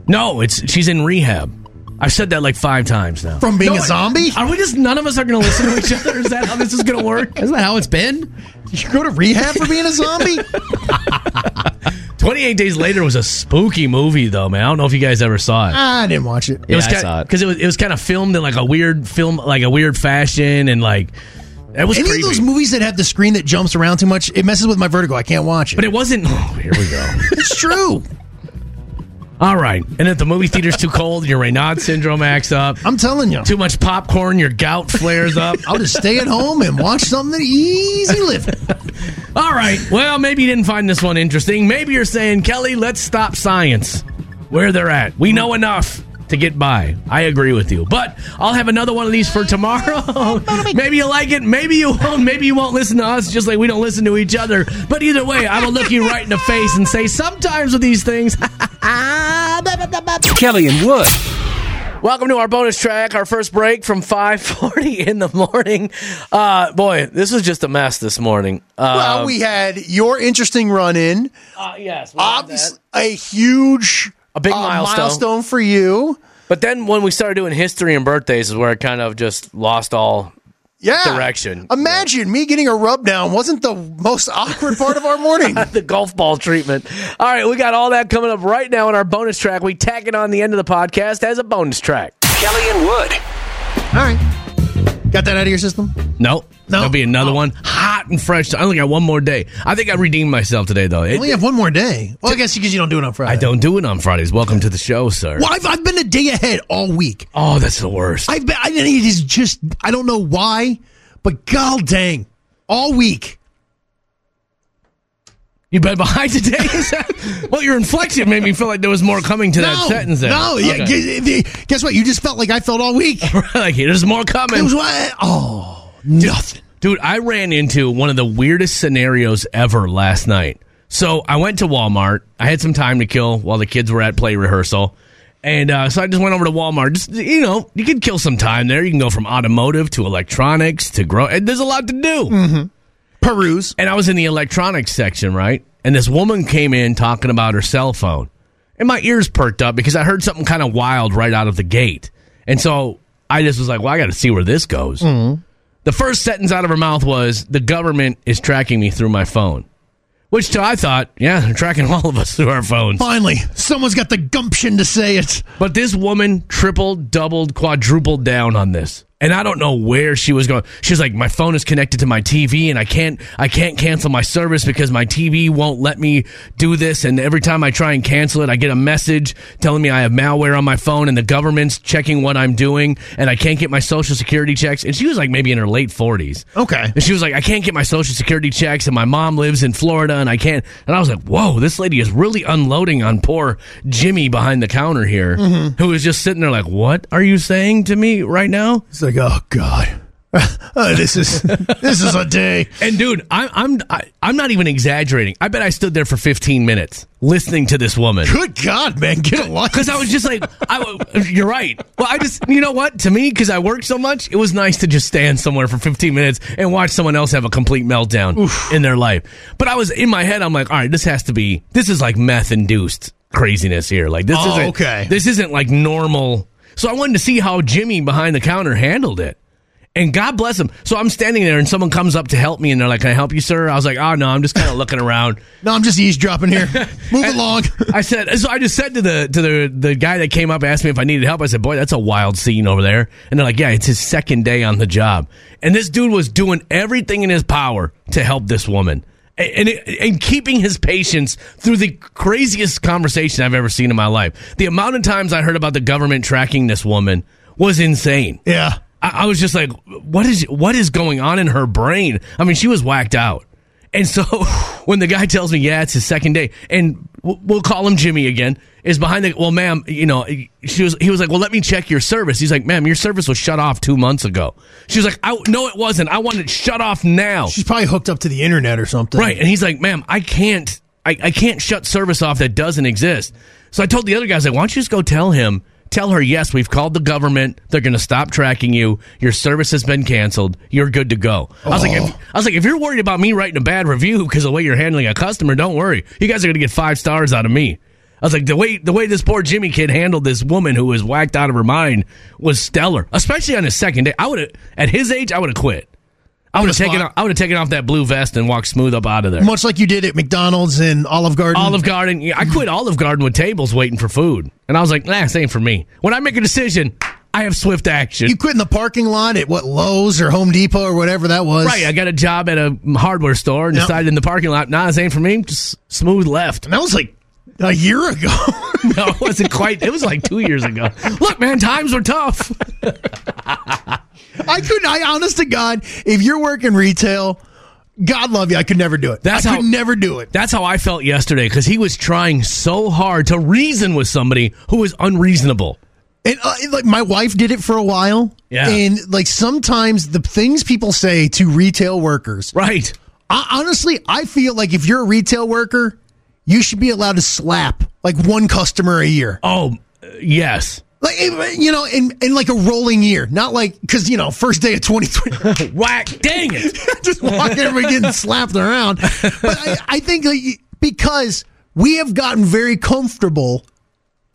A: No, it's she's in rehab. I've said that like five times now.
B: From being
A: No,
B: a zombie?
A: Are we just none of us are going to listen to each other? Is that how this is going to work?
J: Isn't that how it's been?
B: Did you go to rehab for being a zombie?
A: 28 Days Later was a spooky movie, though, man. I don't know if you guys ever saw it.
B: I didn't watch it.
A: was
J: I saw it.
A: Because it was, it was kind of filmed in like a weird film, like a weird fashion, and like, it was
B: Any
A: creepy.
B: of those movies that have the screen that jumps around too much, it messes with my vertigo. I can't watch it.
A: but it wasn't. Oh, here we go.
B: it's true.
A: All right. And if the movie theater's too cold, your Raynaud syndrome acts up.
B: I'm telling you.
A: Too much popcorn, your gout flares up.
B: I'll just stay at home and watch something easy living.
A: All right. Well, maybe you didn't find this one interesting. Maybe you're saying, Kelly, let's stop science where they're at. We know enough to get by. I agree with you. But I'll have another one of these for tomorrow. maybe you like it. Maybe you won't. Maybe you won't listen to us just like we don't listen to each other. But either way, I will look you right in the face and say, sometimes with these things,
C: Kelly and Wood.
A: Welcome to our bonus track, our first break from 5:40 in the morning. Uh, boy, this was just a mess this morning. Uh,
G: well, we had your interesting run in.
A: uh, yes, we had
G: Obviously,
A: that.
G: a huge
A: A big
G: uh,
A: milestone.
G: milestone for you.
A: But then when we started doing history and birthdays is where I kind of just lost all.
G: Yeah.
A: Direction.
G: Imagine me getting a rub down wasn't the most awkward part of our morning.
A: The golf ball treatment. All right, we got all that coming up right now in our bonus track. We tack it on the end of the podcast as a bonus track.
C: Kelly and Wood.
B: All right. Got that out of your system?
A: Nope.
B: No.
A: That'll be another one. Hot and fresh. I only got one more day. I think I redeemed myself today, though. It-
B: We have one more day. Well, I guess because you don't do it on Friday.
A: I don't do it on Fridays. Welcome to the show, sir.
B: Well, I've, I've been a day ahead all week.
A: Oh, that's the worst.
B: I've been, I, it is just, I don't know why, but god dang, all week.
A: You've been behind today? Is that- well, your inflection made me feel like there was more coming to that sentence. There.
B: no, yeah,
A: Okay.
B: gu- the- guess what? You just felt like I felt all week. it
A: like there's more coming.
B: was what? Oh, nothing.
A: Dude, I ran into one of the weirdest scenarios ever last night. So I went to Walmart. I had some time to kill while the kids were at play rehearsal. And uh, so I just went over to Walmart. Just you know, you can kill some time there. You can go from automotive to electronics to grow. And there's a lot to do.
B: Mm. Peruse.
A: and I was in the electronics section, right? And this woman came in talking about her cell phone. And my ears perked up because I heard something kind of wild right out of the gate. And so I just was like, well, I got to see where this goes. The first sentence out of her mouth was, the government is tracking me through my phone. Which to I thought, yeah, they're tracking all of us through our phones.
B: Finally, someone's got the gumption to say it.
A: But this woman tripled, doubled, quadrupled down on this. And I don't know where she was going. She was like, "My phone is connected to my TV, and I can't, I can't cancel my service because my TV won't let me do this. And every time I try and cancel it, I get a message telling me I have malware on my phone, and the government's checking what I'm doing, and I can't get my social security checks." And she was like, maybe in her late 40s.
B: Okay.
A: And she was like, I can't get my social security checks, and my mom lives in Florida, and I can't. And I was like, whoa, this lady is really unloading on poor Jimmy behind the counter here,
B: Mm-hmm.
A: who is just sitting there like, what are you saying to me right now?
B: It's like, oh god, Uh, this is this is a day.
A: And dude, I, I'm I, I'm not even exaggerating. I bet I stood there for 15 minutes listening to this woman.
B: Good God, man, get a life.
A: Because I was just like, I w you're right. Well, I just, you know what? To me, because I work so much, it was nice to just stand somewhere for 15 minutes and watch someone else have a complete meltdown in their life. But I was in my head, I'm like, all right, this has to be, this is like meth induced craziness here. Like this
B: Oh,
A: isn't,
B: okay.
A: this isn't like normal. So I wanted to see how Jimmy behind the counter handled it. And God bless him. So I'm standing there, and someone comes up to help me, and they're like, "Can I help you, sir?" I was like, "Oh no, I'm just kind of looking around."
B: No, I'm just eavesdropping here. Move along.
A: I said, so I just said to the to the the guy that came up asked me if I needed help. I said, boy, that's a wild scene over there. And they're like, yeah, it's his second day on the job, and this dude was doing everything in his power to help this woman. A- And, it- and keeping his patience through the craziest conversation I've ever seen in my life. The amount of times I heard about the government tracking this woman was insane.
B: Yeah.
A: I, I was just like, what is what is going on in her brain? I mean, she was whacked out. And so when the guy tells me, yeah, it's his second day, and we'll, we'll call him Jimmy again, is behind the well, ma'am, you know, she was he was like, well, let me check your service. He's like, ma'am, your service was shut off two months ago. She was like, I, no, it wasn't. I want it shut off now.
B: She's probably hooked up to the internet or something.
A: Right. And he's like, ma'am, I can't I, I can't shut service off that doesn't exist. So I told the other guys, like, why don't you just go tell him, tell her, yes, we've called the government, they're gonna stop tracking you, your service has been canceled, you're good to go. I was like if, I was like, if you're worried about me writing a bad review because of the way you're handling a customer, don't worry. You guys are gonna get five stars out of me. I was like, the way the way this poor Jimmy kid handled this woman who was whacked out of her mind was stellar, especially on his second day. I would have at his age, I would have quit. I would have
B: Would've
A: taken
B: fought.
A: off, I would have taken off that blue vest and walked smooth up out of there.
B: Much like you did at McDonald's and Olive Garden.
A: Olive Garden, yeah, I quit Olive Garden with tables waiting for food, and I was like, nah, this ain't for me. When I make a decision, I have swift action.
B: You quit in the parking lot at what Lowe's or Home Depot or whatever that was.
A: Right, I got a job at a hardware store and
B: Yep.
A: decided in the parking lot, nah, this ain't for me. Just smooth left.
B: And that was like a year ago.
A: no, it wasn't quite. It was like two years ago. Look, man, times were tough.
B: I couldn't. I honest to God, if you're working retail, God love you. I could never do it.
A: That's
B: I
A: how-
B: could never do it.
A: That's how I felt yesterday because he was trying so hard to reason with somebody who was unreasonable.
B: And uh, it- like my wife did it for a while.
A: Yeah.
B: And like sometimes the things people say to retail workers.
A: Right.
B: I, honestly, I feel like if you're a retail worker, you should be allowed to slap like one customer a year.
A: Oh, uh, yes.
B: Like eh, you know, in, in like a rolling year, not like because you know, first day of 2020,
A: Whack. Dang it.
B: just walking everybody getting slapped around. But I, I think like, because we have gotten very comfortable,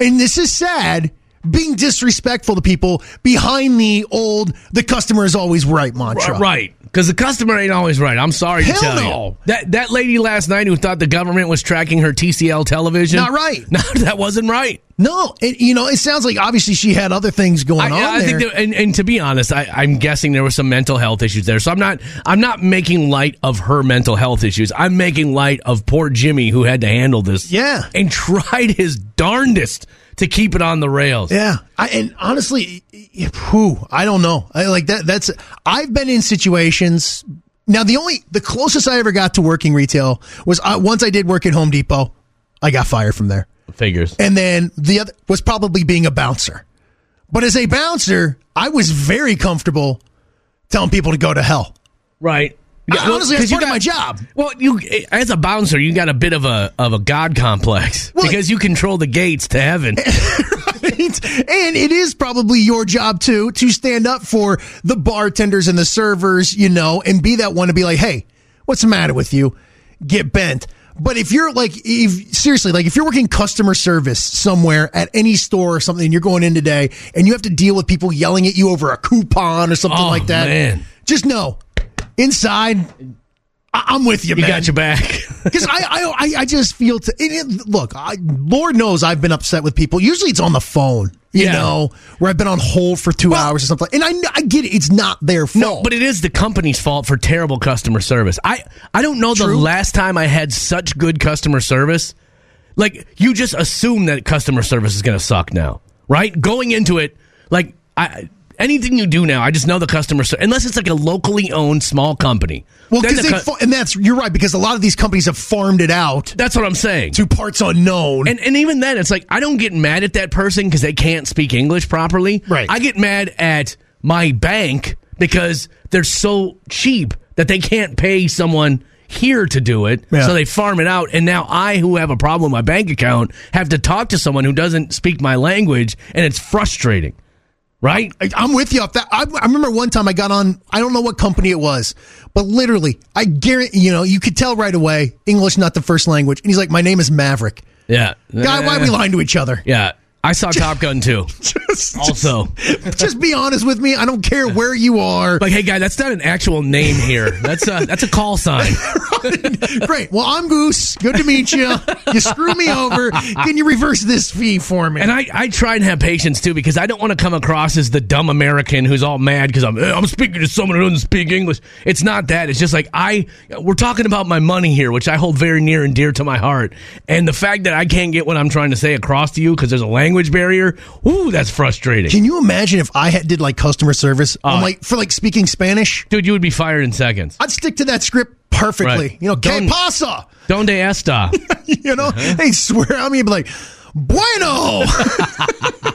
B: and this is sad, being disrespectful to people behind the old "the customer is always right" mantra.
A: Right, Right. Because the customer ain't always right. I'm sorry to
B: Hell
A: tell
B: no.
A: you. That that lady last night who thought the government was tracking her TCL television.
B: Not right.
A: No, that wasn't right.
B: No, it, you know, it sounds like obviously she had other things going on
A: I, I
B: there.
A: think, that, and, and to be honest, I, I'm guessing there were some mental health issues there. So I'm not, I'm not making light of her mental health issues. I'm making light of poor Jimmy who had to handle this,
B: Yeah.
A: and tried his darndest to keep it on the rails.
B: Yeah, I, and honestly, who I don't know. I, like that. That's I've been in situations. Now the only the closest I ever got to working retail was I, once I did work at Home Depot. I got fired from there,
A: Figures.
B: and then the other was probably being a bouncer. But as a bouncer, I was very comfortable telling people to go to hell.
A: Right.
B: I- honestly,
A: 'cause
B: that's
A: you
B: part
A: got-
B: of my job.
A: Well, you as a bouncer, you got a bit of a of a god complex
B: Well-
A: because you control the gates to heaven.
B: and it is probably your job too to stand up for the bartenders and the servers, you know, and be that one to be like, hey, what's the matter with you? Get bent. But if you're like, if seriously, like if you're working customer service somewhere at any store or something, and you're going in today and you have to deal with people yelling at you over a coupon or something
A: Oh,
B: like that,
A: man.
B: just know inside, I- I'm with you,
A: You
B: man.
A: got your back.
B: Because I, I, I, I just feel to it, it- look. I, Lord knows I've been upset with people. Usually it's on the phone, you
A: Yeah.
B: know, where I've been on hold for two hours or something. And I, kn- I get it. It's not their fault.
A: No, but it is the company's fault for terrible customer service. I I don't know the
B: True.
A: last time I had such good customer service. Like you just assume that customer service is going to suck now, right? Going into it, like I anything you do now, I just know the customer ser- unless it's like a locally owned small company.
B: well,
A: Then
B: because
A: the
B: they
A: cu-
B: fa- and that's you're right because a lot of these companies have farmed it out
A: that's what I'm saying.
B: to parts unknown.
A: And and even then, it's like I don't get mad at that person because they can't speak English properly.
B: Right.
A: I get mad at my bank because they're so cheap that they can't pay someone here to do it.
B: Yeah.
A: So they farm it out, and now I, who have a problem with my bank account, have to talk to someone who doesn't speak my language, and it's frustrating. Right?
B: I, I'm with you up that. I, I remember one time I got on. I don't know what company it was, but literally, I guarantee you know you could tell right away English not the first language. And he's like, "My name is Maverick."
A: Yeah.
B: Guy, why are we lying to each other?
A: Yeah. I saw Top Gun too. also.
B: Just be honest with me. I don't care where you are.
A: Like, hey, guy, that's not an actual name here. That's a that's a call sign.
B: Great. Well, I'm Goose. Good to meet you. You screw me over. Can you reverse this fee for me?
A: And I, I try and have patience too because I don't want to come across as the dumb American who's all mad because I'm eh, I'm speaking to someone who doesn't speak English. It's not that. It's just like I we're talking about my money here, which I hold very near and dear to my heart. And the fact that I can't get what I'm trying to say across to you because there's a language barrier, ooh, that's frustrating.
B: Can you imagine if I had, did like customer service?
A: Uh,
B: I'm like for like speaking Spanish.
A: Dude, you would be fired in seconds.
B: I'd stick to that script perfectly.
A: Right.
B: You know, que
A: Don't- Uh-huh.
B: pasa?
A: Donde esta?
B: You know, they swear at me and be like, bueno.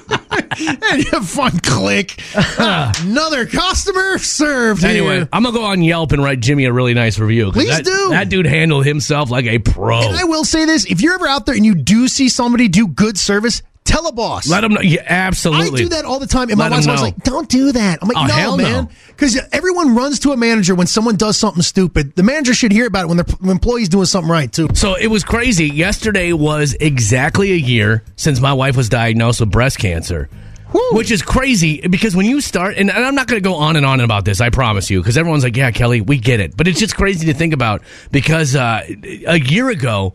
B: and you fun click. Ah, Another customer served.
A: Anyway,
B: here.
A: I'm gonna go on Yelp and write Jimmy a really nice review. 'cause
B: Please
A: that,
B: do.
A: That dude handled himself like a pro.
I: Oh.
B: And I will say this: if you're ever out there and you do see somebody do good service, Tell a boss.
I: Let them know. Yeah, absolutely.
B: I do that all the time. And my
I: Let 'em
B: wife's always
I: know.
B: like, don't do that. I'm like,
I: Oh,
B: no,
I: hell no.
B: man. Because everyone runs to a manager when someone does something stupid. The manager should hear about it when the when employee's doing something right, too.
I: So it was crazy. Yesterday was exactly a year since my wife was diagnosed with breast cancer. Which is crazy because when you start, and, and I'm not going to go on and on about this, I promise you, because everyone's like, yeah, Kelly, we get it. But it's just crazy to think about because uh, a year ago,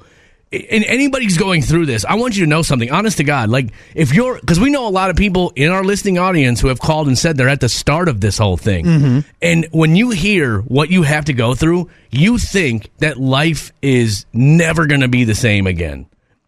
I: and anybody's going through this, I want you to know something. Honest to God, like if you're, because we know a lot of people in our listening audience who have called and said they're at the start of this whole thing. And when you hear what you have to go through, you think that life is never going to be the same again.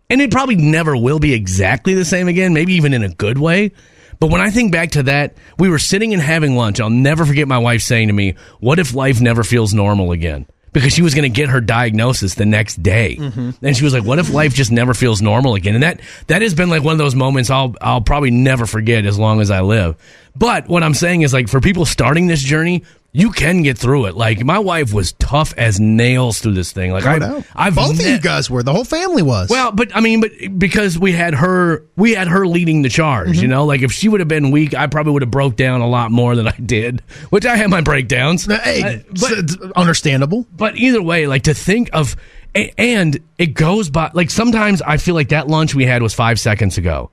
I: And it probably never will be exactly the same again, maybe even in a good way. But when I think back to that, we were sitting and having lunch. I'll never forget my wife saying to me, What if life never feels normal again? Because she was going to get her diagnosis the next day.
B: Mm-hmm.
I: And she was like, What if life just never feels normal again? And that, that has been like one of those moments I'll, I'll probably never forget as long as I live. But what I'm saying is, like, for people starting this journey, you can get through it. Like, my wife was tough as nails through this thing. Like,
B: No
I: I,
B: doubt.
I: I've
B: Both of
I: ne-
B: you guys were. The whole family was.
I: well, but I mean, but because we had her, we had her leading the charge.
B: Mm-hmm.
I: You know, like if she would have been weak, I probably would have broke down a lot more than I did. Which I had my breakdowns.
B: hey,
I: Uh,
B: it's-
I: but
B: it's understandable.
I: but either way, like to think of, a- and it goes by. Like sometimes I feel like that lunch we had was five seconds ago.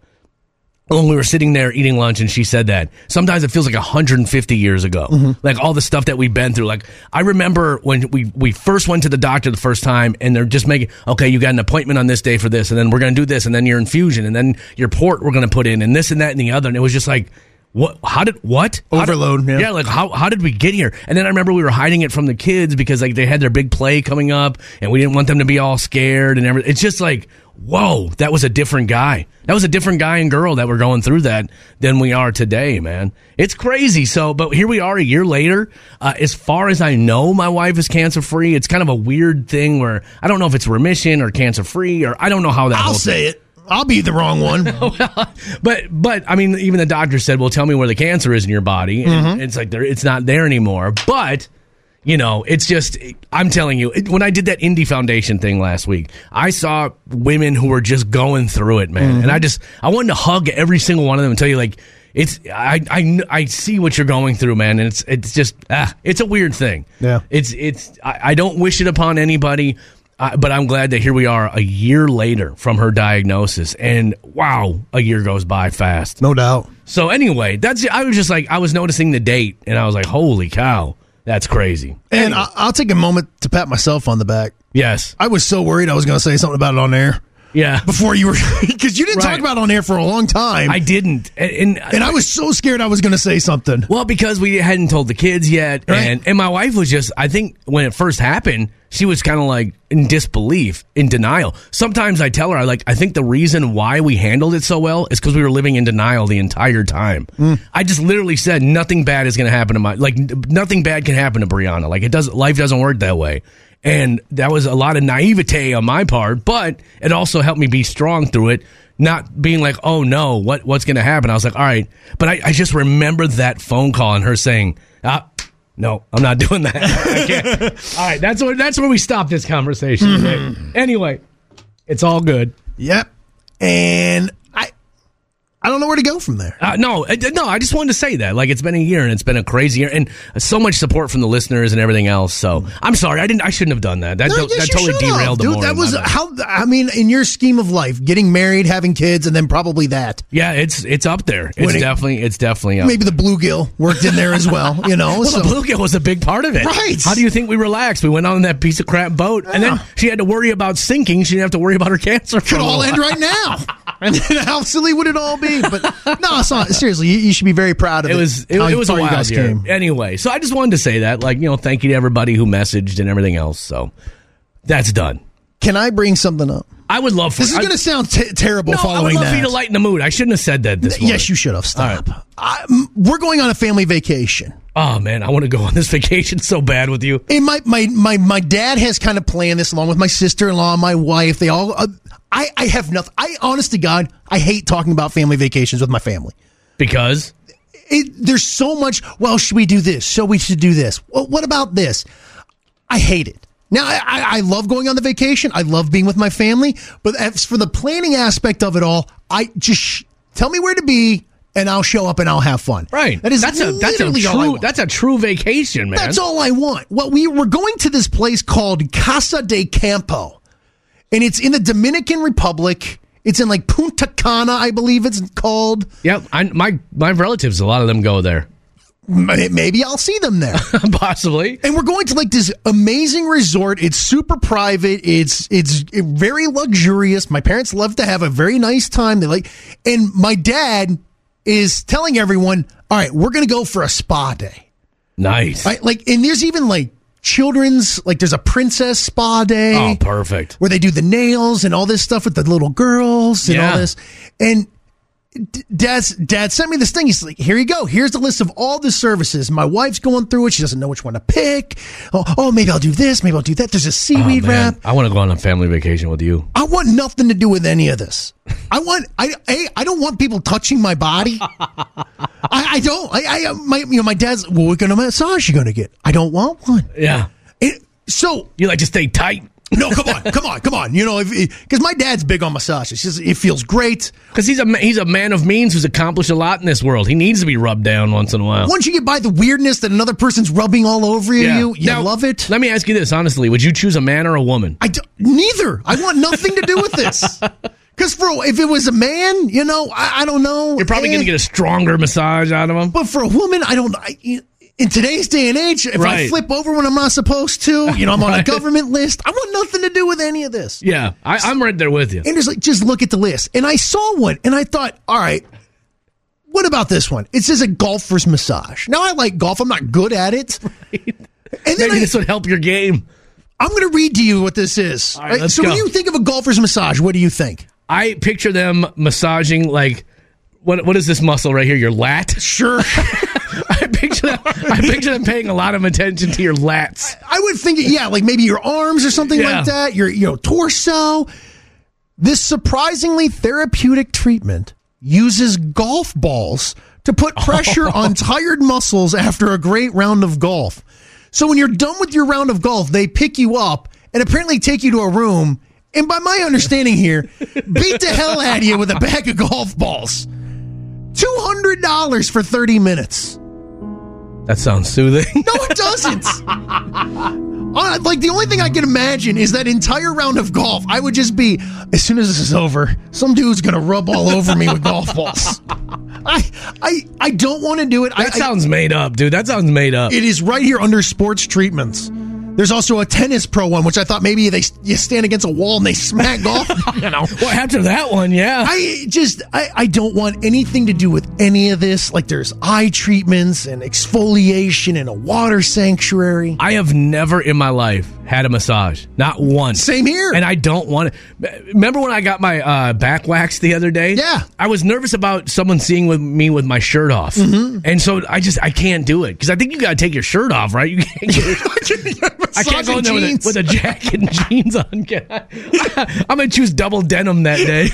I: When we were sitting there eating lunch, and she said that sometimes it feels like 150 years ago, like all the stuff that we've been through. Like I remember when we we first went to the doctor the first time, and they're just making okay, you got an appointment on this day for this, and then we're gonna do this, and then your infusion, and then your port we're gonna put in, and this and that and the other, and it was just like. What? How did what? How did-
B: Overload, yeah.
I: yeah, like how how did we get here? And then I remember we were hiding it from the kids because like they had their big play coming up, and we didn't want them to be all scared and everything. It's just like, whoa, that was a different guy. That was a different guy and girl that were going through that than we are today, man. It's crazy. So, but here we are a year later. Uh, as far as I know, my wife is cancer free. It's kind of a weird thing where I don't know if it's remission or cancer free or I don't know how that.
B: I'll
I: whole thing-
B: say it. I'll be the wrong one.
I: but but I mean, even the doctor said, "Well, tell me where the cancer is in your body." And It's like there, it's not there anymore. But you know, it's just I'm telling you, it- when I did that indie foundation thing last week, I saw women who were just going through it, man, and I just I wanted to hug every single one of them and tell you like. It's I, I kn- I see what you're going through, man, and it's it's just ah, it's a weird thing.
A: Yeah.
I: It's it's I, I don't wish it upon anybody, uh, but I'm glad that here we are a year later from her diagnosis, and wow, a year goes by fast.
B: No doubt.
I: So anyway, that's I was just like I was noticing the date, and I was like, holy cow, that's crazy.
B: And I, I'll take a moment to pat myself on the back.
I: Yes,
B: I was so worried I was going to say something about it on air
I: yeah,
B: before you were, because you didn't
I: Right.
B: talk about it on air for a long time.
I: I didn't, and,
B: and I was so scared I was going to say something.
I: Well, because we hadn't told the kids yet,
B: Right.
I: and and my wife was just, I think when it first happened, she was kind of like in disbelief, in denial. Sometimes I tell her, I like, I think the reason why we handled it so well is because we were living in denial the entire time. I just literally said nothing bad is going to happen to my, like n- nothing bad can happen to Brianna. Like it doesn't, life doesn't work that way. And that was a lot of naivete on my part, but it also helped me be strong through it. Not being like, oh no, what what's going to happen? I was like, all right, but I, I just remember that phone call and her saying, ah, no, I'm not doing that. I can't. Mm-hmm. all right, that's where that's where we stop this conversation. Anyway, it's all good.
B: Yep. And I I don't know where to go from there.
I: Uh, no, I- no, I just wanted to say that. Like, it's been a year and it's been a crazy year, and so much support from the listeners and everything else. So, I'm sorry, I didn't, I shouldn't have done that. That,
B: No,
I: that,
B: yes, you
I: totally
B: should have,
I: derailed the
B: dude.
I: morning.
B: That was
I: My bad.
B: how I mean, in your scheme of life, getting married, having kids, and then probably that.
I: yeah, it's it's up there. It's
B: When it-
I: definitely it's definitely up.
B: Maybe the bluegill worked in there as well, you know.
I: Well,
B: so
I: the bluegill was a big part of it.
B: Right.
I: How do you think we relaxed? We went on that piece of crap boat, and then
B: Yeah.
I: she had to worry about sinking. She didn't have to worry about her cancer. for
B: could
I: a
B: all
I: little
B: end right now. And then how silly would it all be? But no, it's not seriously, you, you should be very proud of
I: it
B: it.
I: was it,
B: how
I: it was a
B: far
I: wild
B: you guys
I: year.
B: came.
I: Anyway, so I just wanted to say that, like you know, thank you to everybody who messaged and everything else. So that's done.
B: Can I bring something up?
I: I would love for
B: This is
I: I-
B: going to sound t- terrible
I: no, I would
B: following
I: love
B: that.
I: for you to lighten the mood. I shouldn't have said that this morning.
B: yes, you should have. Stop. I, m- we're going on a family vacation.
I: Oh man, I want to go on this vacation so bad with you.
B: And my my my my dad has kind of planned this along with my sister in law, my wife. They all. Uh, I I have nothing. I honest to God, I hate talking about family vacations with my family.
I: Because
B: It, there's so much. Well, should we do this? So we should do this. Well, what about this? I hate it. Now, I, I I love going on the vacation. I love being with my family. But as for the planning aspect of it all, I just sh- tell me where to be, and I'll show up and I'll have fun.
I: Right.
B: That is
I: that's a that's a
B: literally
I: true
B: all I want.
I: that's a true vacation, man.
B: That's all I want. Well, we were going to this place called Casa de Campo, and it's in the Dominican Republic. It's in like Punta Cana, I believe it's called.
I: Yep. I, my my relatives, a lot of them go there.
B: May- Maybe I'll see them there.
I: Possibly.
B: And we're going to like this amazing resort. It's super private. It's it's very luxurious. My parents love to have a very nice time. They like, and my dad is telling everyone, "All right, we're going to go for a spa day."
I: Nice.
B: Right? Like, and there's even like children's like there's a princess spa day
I: Oh, perfect.
B: where they do the nails and all this stuff with the little girls and
I: Yeah.
B: all this. And d- dad's dad sent me this thing. He's like, "Here you go. Here's the list of all the services." My wife's going through it. She doesn't know which one to pick. Oh, oh maybe I'll do this. Maybe I'll do that. There's a
I: Oh,
B: seaweed
I: man.
B: wrap.
I: I want to go on a family vacation with you.
B: I want nothing to do with any of this. I want I I, I don't want people touching my body. I, I don't. I, I my you know my dad's. Well, what kind of massage you gonna get? I don't want one.
I: Yeah.
B: It, so
I: You like to stay tight.
B: no, come on, come on, come on. You know, because my dad's big on massages. He says, It feels great.
I: Because he's a ma- he's a man of means who's accomplished a lot in this world. He needs to be rubbed down once in a while.
B: Once you get by the weirdness that another person's rubbing all over
I: Yeah.
B: you, you
I: Now,
B: love it.
I: Let me ask you this honestly: Would you choose a man or a woman?
B: I don't- neither. I want nothing to do with this. Because for if it was a man, you know, I, I don't know.
I: You're probably
B: Eh.
I: going to get a stronger massage out of him.
B: But for a woman, I don't. I, in today's day and age, if I
I: Right.
B: flip over when I'm not supposed to, you know, I'm on a
I: Right.
B: government list. I want nothing to do with any of this.
I: Yeah, I, I'm right there with you.
B: and it's like just look at the list and i saw one and i thought all right what about this one it says a golfer's massage now i like golf i'm not good at it and then
I: Maybe
B: I,
I: this would help your game.
B: i'm going to read to you what this is
I: right, let's
B: so when
I: go.
B: you think of a golfer's massage what do you think
I: I picture them massaging like what what is this muscle right here? Your lat.
B: sure
I: I picture them, I picture them paying a lot of attention to your lats.
B: i would think yeah like maybe your arms or something
I: Yeah.
B: like that your you know torso this surprisingly therapeutic treatment uses golf balls to put pressure on tired muscles after a great round of golf. So when you're done with your round of golf, they pick you up and apparently take you to a room. And by my understanding here, beat the hell out of you with a bag of golf balls. $200 for 30 minutes.
I: That sounds soothing.
B: No, it doesn't. Uh, like the only thing I can imagine is that entire round of golf. I would just be as soon as this is over, some dude's gonna rub all over me with golf balls. I I I don't want to do it. I,
I: That sounds made up, dude. That sounds made up.
B: I, it is right here under sports treatments. There's also a tennis pro one, which I thought maybe they you stand against a wall and they smack golf. you know.
I: Well, after that one, yeah.
B: I just I, I don't want anything to do with any of this. Like there's eye treatments and exfoliation and a water sanctuary.
I: I have never in my life had a massage, not once.
B: Same here.
I: And I don't want to. Remember when I got my uh, back waxed the other day?
B: Yeah.
I: I was nervous about someone seeing with me with my shirt off,
B: Mm-hmm.
I: and so I just I can't do it because I think you got to take your shirt off, right? You can't. I can't go in there with a, with a jacket and jeans on. Can I? I'm gonna choose double denim that day.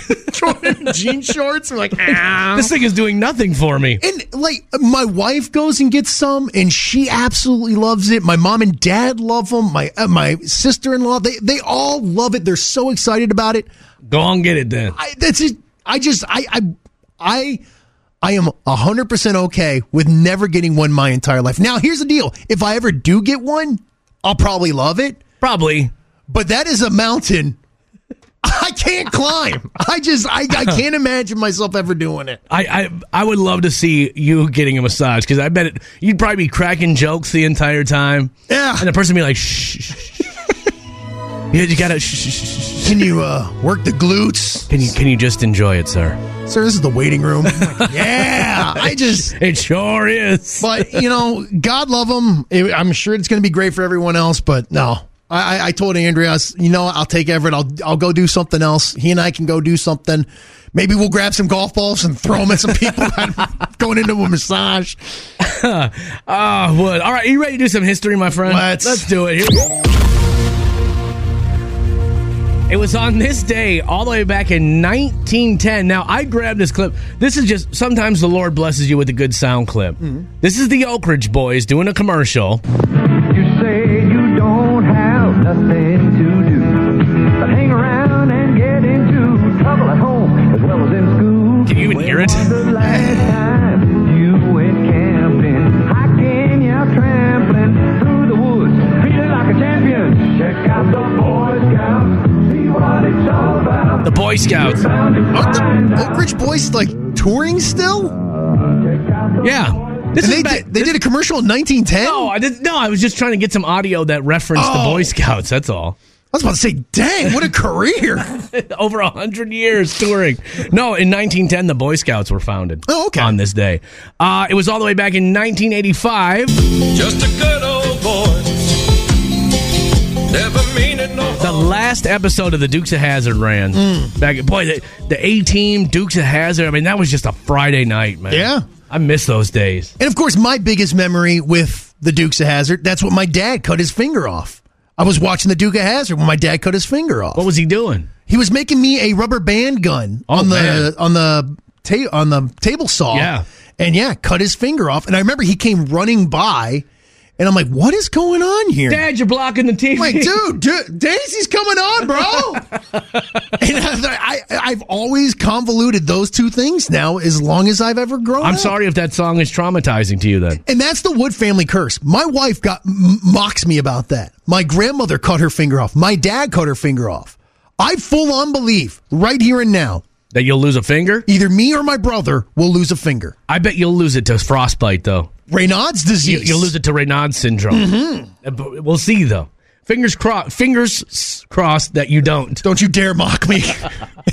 B: jean shorts. I'm like,
I: this thing is doing nothing for me.
B: and like my wife goes and gets some, and she absolutely loves it. My mom and dad love them. My uh, my sister in law, they they all love it. They're so excited about it.
I: Go on, get it then.
B: I, that's it. I just I I I. I am 100% okay with never getting one my entire life. Now, here's the deal. If I ever do get one, I'll probably love it,
I: Probably.
B: but that is a mountain I can't climb. I just, I, I can't imagine myself ever doing it.
I: I, I I would love to see you getting a massage because I bet it, you'd probably be cracking jokes the entire time.
B: Yeah.
I: And the person be like, shh. shh, shh." yeah, you gotta. Shh, shh, shh, shh.
B: Can you uh, work the glutes?
I: Can you can you just enjoy it, sir?
B: Sir, this is the waiting room. I'm like, yeah, I just.
I: It sure is.
B: But you know, God love them. I'm sure it's going to be great for everyone else. But no, I, I- I told Andrea, I s- you know, I'll take Everett. I'll I'll go do something else. He and I can go do something. Maybe we'll grab some golf balls and throw them at some people going into a massage.
I: Ah, would. All right, you ready to do some history, my friend?
B: Let's.
I: Let's do it. Here- It was on this day, all the way back in 1910. Now, I grabbed this clip. This is just sometimes the Lord blesses you with a good sound clip. This is the Oak Ridge Boys doing a commercial.
J: You say you don't have a thing to do. But hang around and get into trouble at home as well as in school.
I: Can you even hear it?
J: The last time you went camping, hiking, yeah, trampling through the woods, feeling like a champion. Check out the Boy Scouts, see what it's all about.
I: The Boy Scouts.
J: What
B: the Oak Ridge Boys like touring still?
I: Yeah.
B: And
I: This is
B: they
I: back-
B: did, they did a commercial in 1910.
I: No, I did, no, I was just trying to get some audio that referenced the
B: Oh.
I: Boy Scouts. That's all.
B: I was about to say, dang, what a career!
I: Over a hundred years touring. No, in 1910, the Boy Scouts were founded.
B: Oh, okay.
I: On this day, uh, it was all the way back in 1985.
K: Just a good old boy. Never meaning no
I: The last episode of the Dukes of Hazard ran
B: Hmm.
I: back. Boy, the, the A Team, Dukes of Hazard. I mean, that was just a Friday night, man.
B: Yeah.
I: I miss those days.
B: And of course, my biggest memory with the Dukes of Hazard, that's what my dad cut his finger off. I was watching the Duke of Hazard when my dad cut his finger off.
I: What was he doing?
B: He was making me a rubber band gun
I: Oh,
B: on the
I: man.
B: on the ta- on the table saw.
I: Yeah.
B: And yeah, cut his finger off. And I remember he came running by and I'm like, "What is going on here?"
I: Dad, you're blocking the TV.
B: I'm like, dude, dude, Daisy's coming on, bro. and I, I, I've always convoluted those two things now as long as I've ever grown
I: I'm
B: up.
I: sorry if that song is traumatizing to you. Then
B: And that's the Wood family curse. My wife got m- mocks me about that. My grandmother cut her finger off. My dad cut her finger off. I full on believe right here and now,
I: that you'll lose a finger.
B: either me or my brother will lose a finger.
I: I bet you'll lose it to frostbite though.
B: Raynaud's
I: You,
B: disease.
I: you'll lose it to Raynaud's syndrome.
B: Mm-hmm.
I: Uh, but We'll see though. Fingers crossed. Fingers s- crossed that you don't.
B: Don't you dare mock me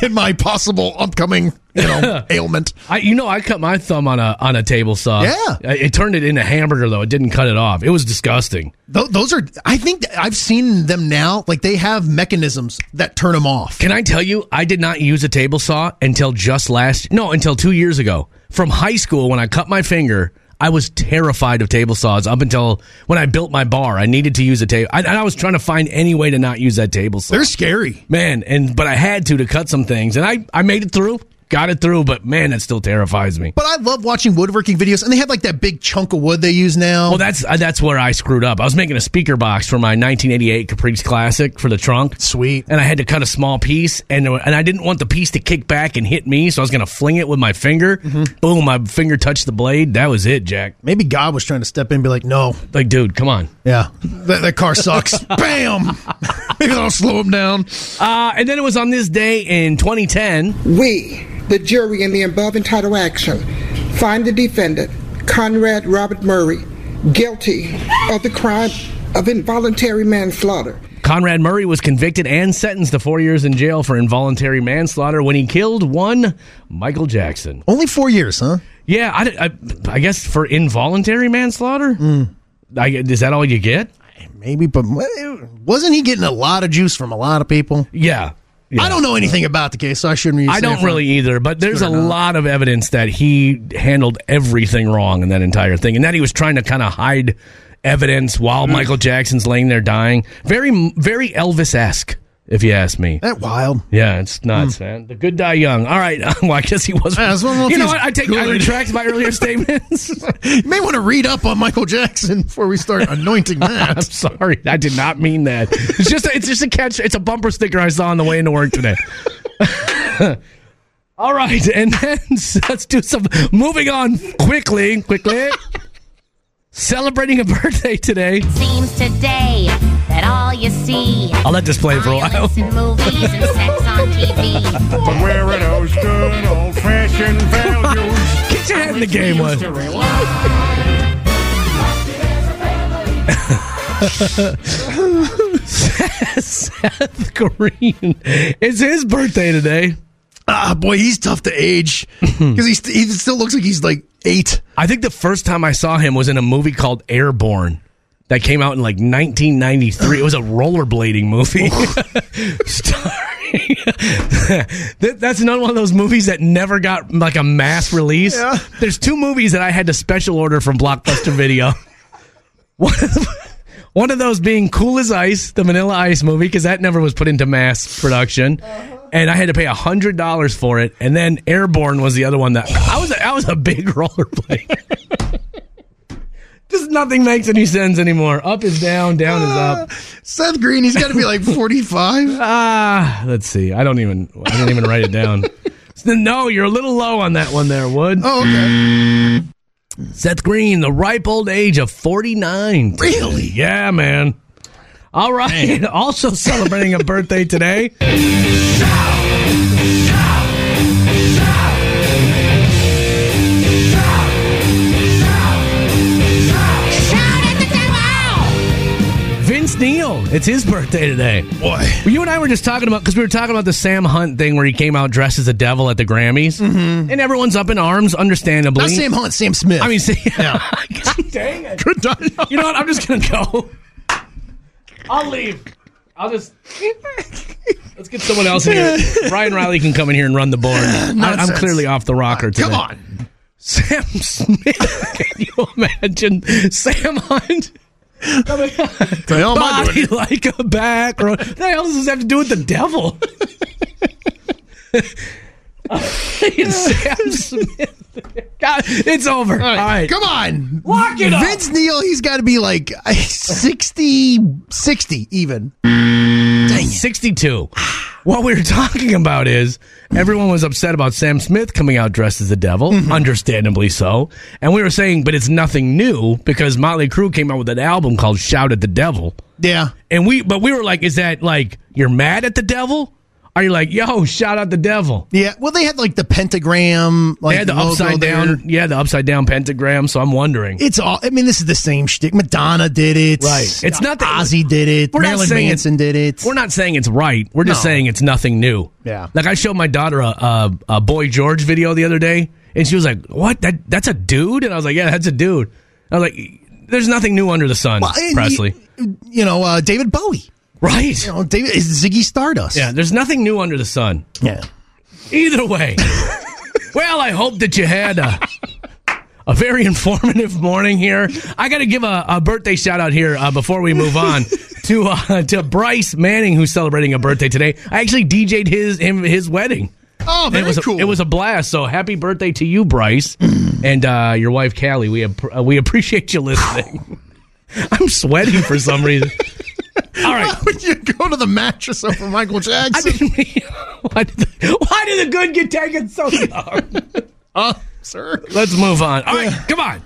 B: in my possible upcoming, you know, ailment.
I: I, you know, I cut my thumb on a on a table saw.
B: Yeah.
I: I, it turned it into hamburger though. It didn't cut it off. It was disgusting.
B: Th- those are. I think that I've seen them now. Like they have mechanisms that turn them off.
I: Can I tell you? I did not use a table saw until just last. No, until two years ago. From high school, when I cut my finger, I was terrified of table saws. Up until when I built my bar, I needed to use a table. I, and I was trying to find any way to not use that table saw.
B: They're scary.
I: man and but i had to to cut some things and i i made it through got it through but man that still terrifies me
B: But I love watching woodworking videos, and they have like that big chunk of wood they use now.
I: well that's uh, that's where i screwed up i was making a speaker box for my 1988 caprice classic for the trunk
B: Sweet.
I: and i had to cut a small piece and and i didn't want the piece to kick back and hit me so i was gonna fling it with my finger boom my finger touched the blade that was it jack
B: Maybe God was trying to step in and be like, no,
I: like dude come on
B: yeah, that, that car sucks. Bam! Maybe that'll slow him down.
I: uh and then it was on this day in 2010
L: We, the jury in the above entitled action, find the defendant, Conrad Robert Murray, guilty of the crime of involuntary manslaughter.
I: Conrad Murray was convicted and sentenced to four years in jail for involuntary manslaughter when he killed one Michael Jackson.
B: Only four years, huh?
I: Yeah, I, I, I guess for involuntary manslaughter, I, is that all you get?
B: Maybe, but wasn't he getting a lot of juice from a lot of people?
I: Yeah. Yeah.
B: I don't know anything about the case, so I shouldn't. Really
I: I
B: say
I: don't
B: for-
I: really either, but there's a lot of evidence that he handled everything wrong in that entire thing, and that he was trying to kind of hide evidence while Michael Jackson's laying there dying. Very, very Elvis esque, if you ask me.
B: that wild.
I: Yeah, it's nuts, man. The good die young. All right. Well, I guess he was.
B: Yeah, I was wondering if
I: you know
B: he's
I: what? I take. I
B: good.
I: retract my earlier statements.
B: You may want to read up on Michael Jackson before we start anointing
I: I'm
B: that.
I: sorry. I did not mean that. It's just. A, it's just a catch. It's a bumper sticker I saw on the way into work today. All right, and then let's do some. Moving on quickly, quickly. Celebrating a birthday today.
M: seems today that all you see
I: I'll let this play for a while.
M: violence in movies and sex on TV.
N: But where are those good old fashioned values?
I: Get your head in the game, one. Seth Green. It's his birthday today.
B: ah, boy, he's tough to age because he, st- he still looks like he's like eight.
I: I think the first time I saw him was in a movie called Airborne that came out in like 1993. It was a rollerblading movie. Starring- That- That's another one of those movies that never got like a mass release.
B: Yeah.
I: There's two movies that I had to special order from Blockbuster Video. one, of, one of those being Cool as Ice, the Vanilla Ice movie, because that never was put into mass production. And I had to pay hundred dollars for it, and then Airborne was the other one that I was. I was a big rollerblade.
A: Just nothing makes any sense anymore. Up is down, down is up.
B: Seth Green, he's got to be like 45.
A: Ah, let's see. I don't even. I didn't even write it down. No, you're a little low on that one there, Wood.
B: Oh, okay.
A: Seth Green, the ripe old age of 49.
B: Really?
A: Yeah, man. All right. Also celebrating a birthday today. Vince Neil, it's his birthday today.
B: Boy.
A: Well, you and I were just talking about because we were talking about the Sam Hunt thing where he came out dressed as a devil at the Grammys, mm-hmm. and everyone's up in arms, understandably.
B: Not Sam Hunt, Sam Smith.
A: I mean, see, God dang it! You know what? I'm just gonna go. I'll leave. I'll just let's get someone else in here. Ryan Riley can come in here and run the board. I, I'm
B: Nonsense.
A: clearly off the rocker today.
B: Come on.
A: Sam Smith. Can you imagine Sam Hunt? Coming
B: hell am I
A: Body like a back road. What the hell does this have to do with the devil? Sam Smith. God, it's over. All right.
B: Come on.
A: Lock it up.
B: Vince Neil, he's got to be like 60, 60 even.
A: 62. What we were talking about is everyone was upset about Sam Smith coming out dressed as the devil,
B: Mm-hmm.
A: understandably so. And we were saying, but it's nothing new because Motley Crue came out with an album called Shout at the Devil.
B: Yeah.
A: And we, but we were like, is that like you're mad at the devil? Are you like, yo, shout out the devil?
B: Yeah. Well, they had like the pentagram. Like,
A: they had the
B: logo
A: upside
B: there.
A: down, yeah, the upside down pentagram. So I'm wondering.
B: It's all. I mean, this is the same shtick. Madonna did it.
A: Right. It's not that-
B: Ozzy did it.
A: We're not
B: Marilyn
A: saying-
B: Manson did it.
A: We're not saying it's right. We're just
B: No.
A: saying it's nothing new.
B: Yeah.
A: Like I showed my daughter a, a, a boy George video the other day, and she was like, "What? That that's a dude?" And I was like, "Yeah, that's a dude." I was like, "There's nothing new under the sun,
B: Well, and
A: Presley."
B: You, you know, uh, David Bowie.
A: right?
B: You know, David is Ziggy Stardust.
A: Yeah. There's nothing new under the sun.
B: Yeah.
A: Either way. well, I hope that you had a, a very informative morning here. I got to give a, a birthday shout out here uh, before we move on to uh, to Bryce Manning, who's celebrating a birthday today. I actually DJ'd his him his wedding.
B: Oh,
A: it
B: very
A: was a,
B: cool.
A: It was a blast. So happy birthday to you, Bryce, and uh, your wife Callie. We ap- uh, we appreciate you listening. I'm sweating for some reason. All right.
B: Why would you go to the mattress over Michael
A: I
B: Jackson?
A: didn't mean- why, did the, why did the good get taken so long?
B: Uh, sir.
A: Let's move on. All right, come on.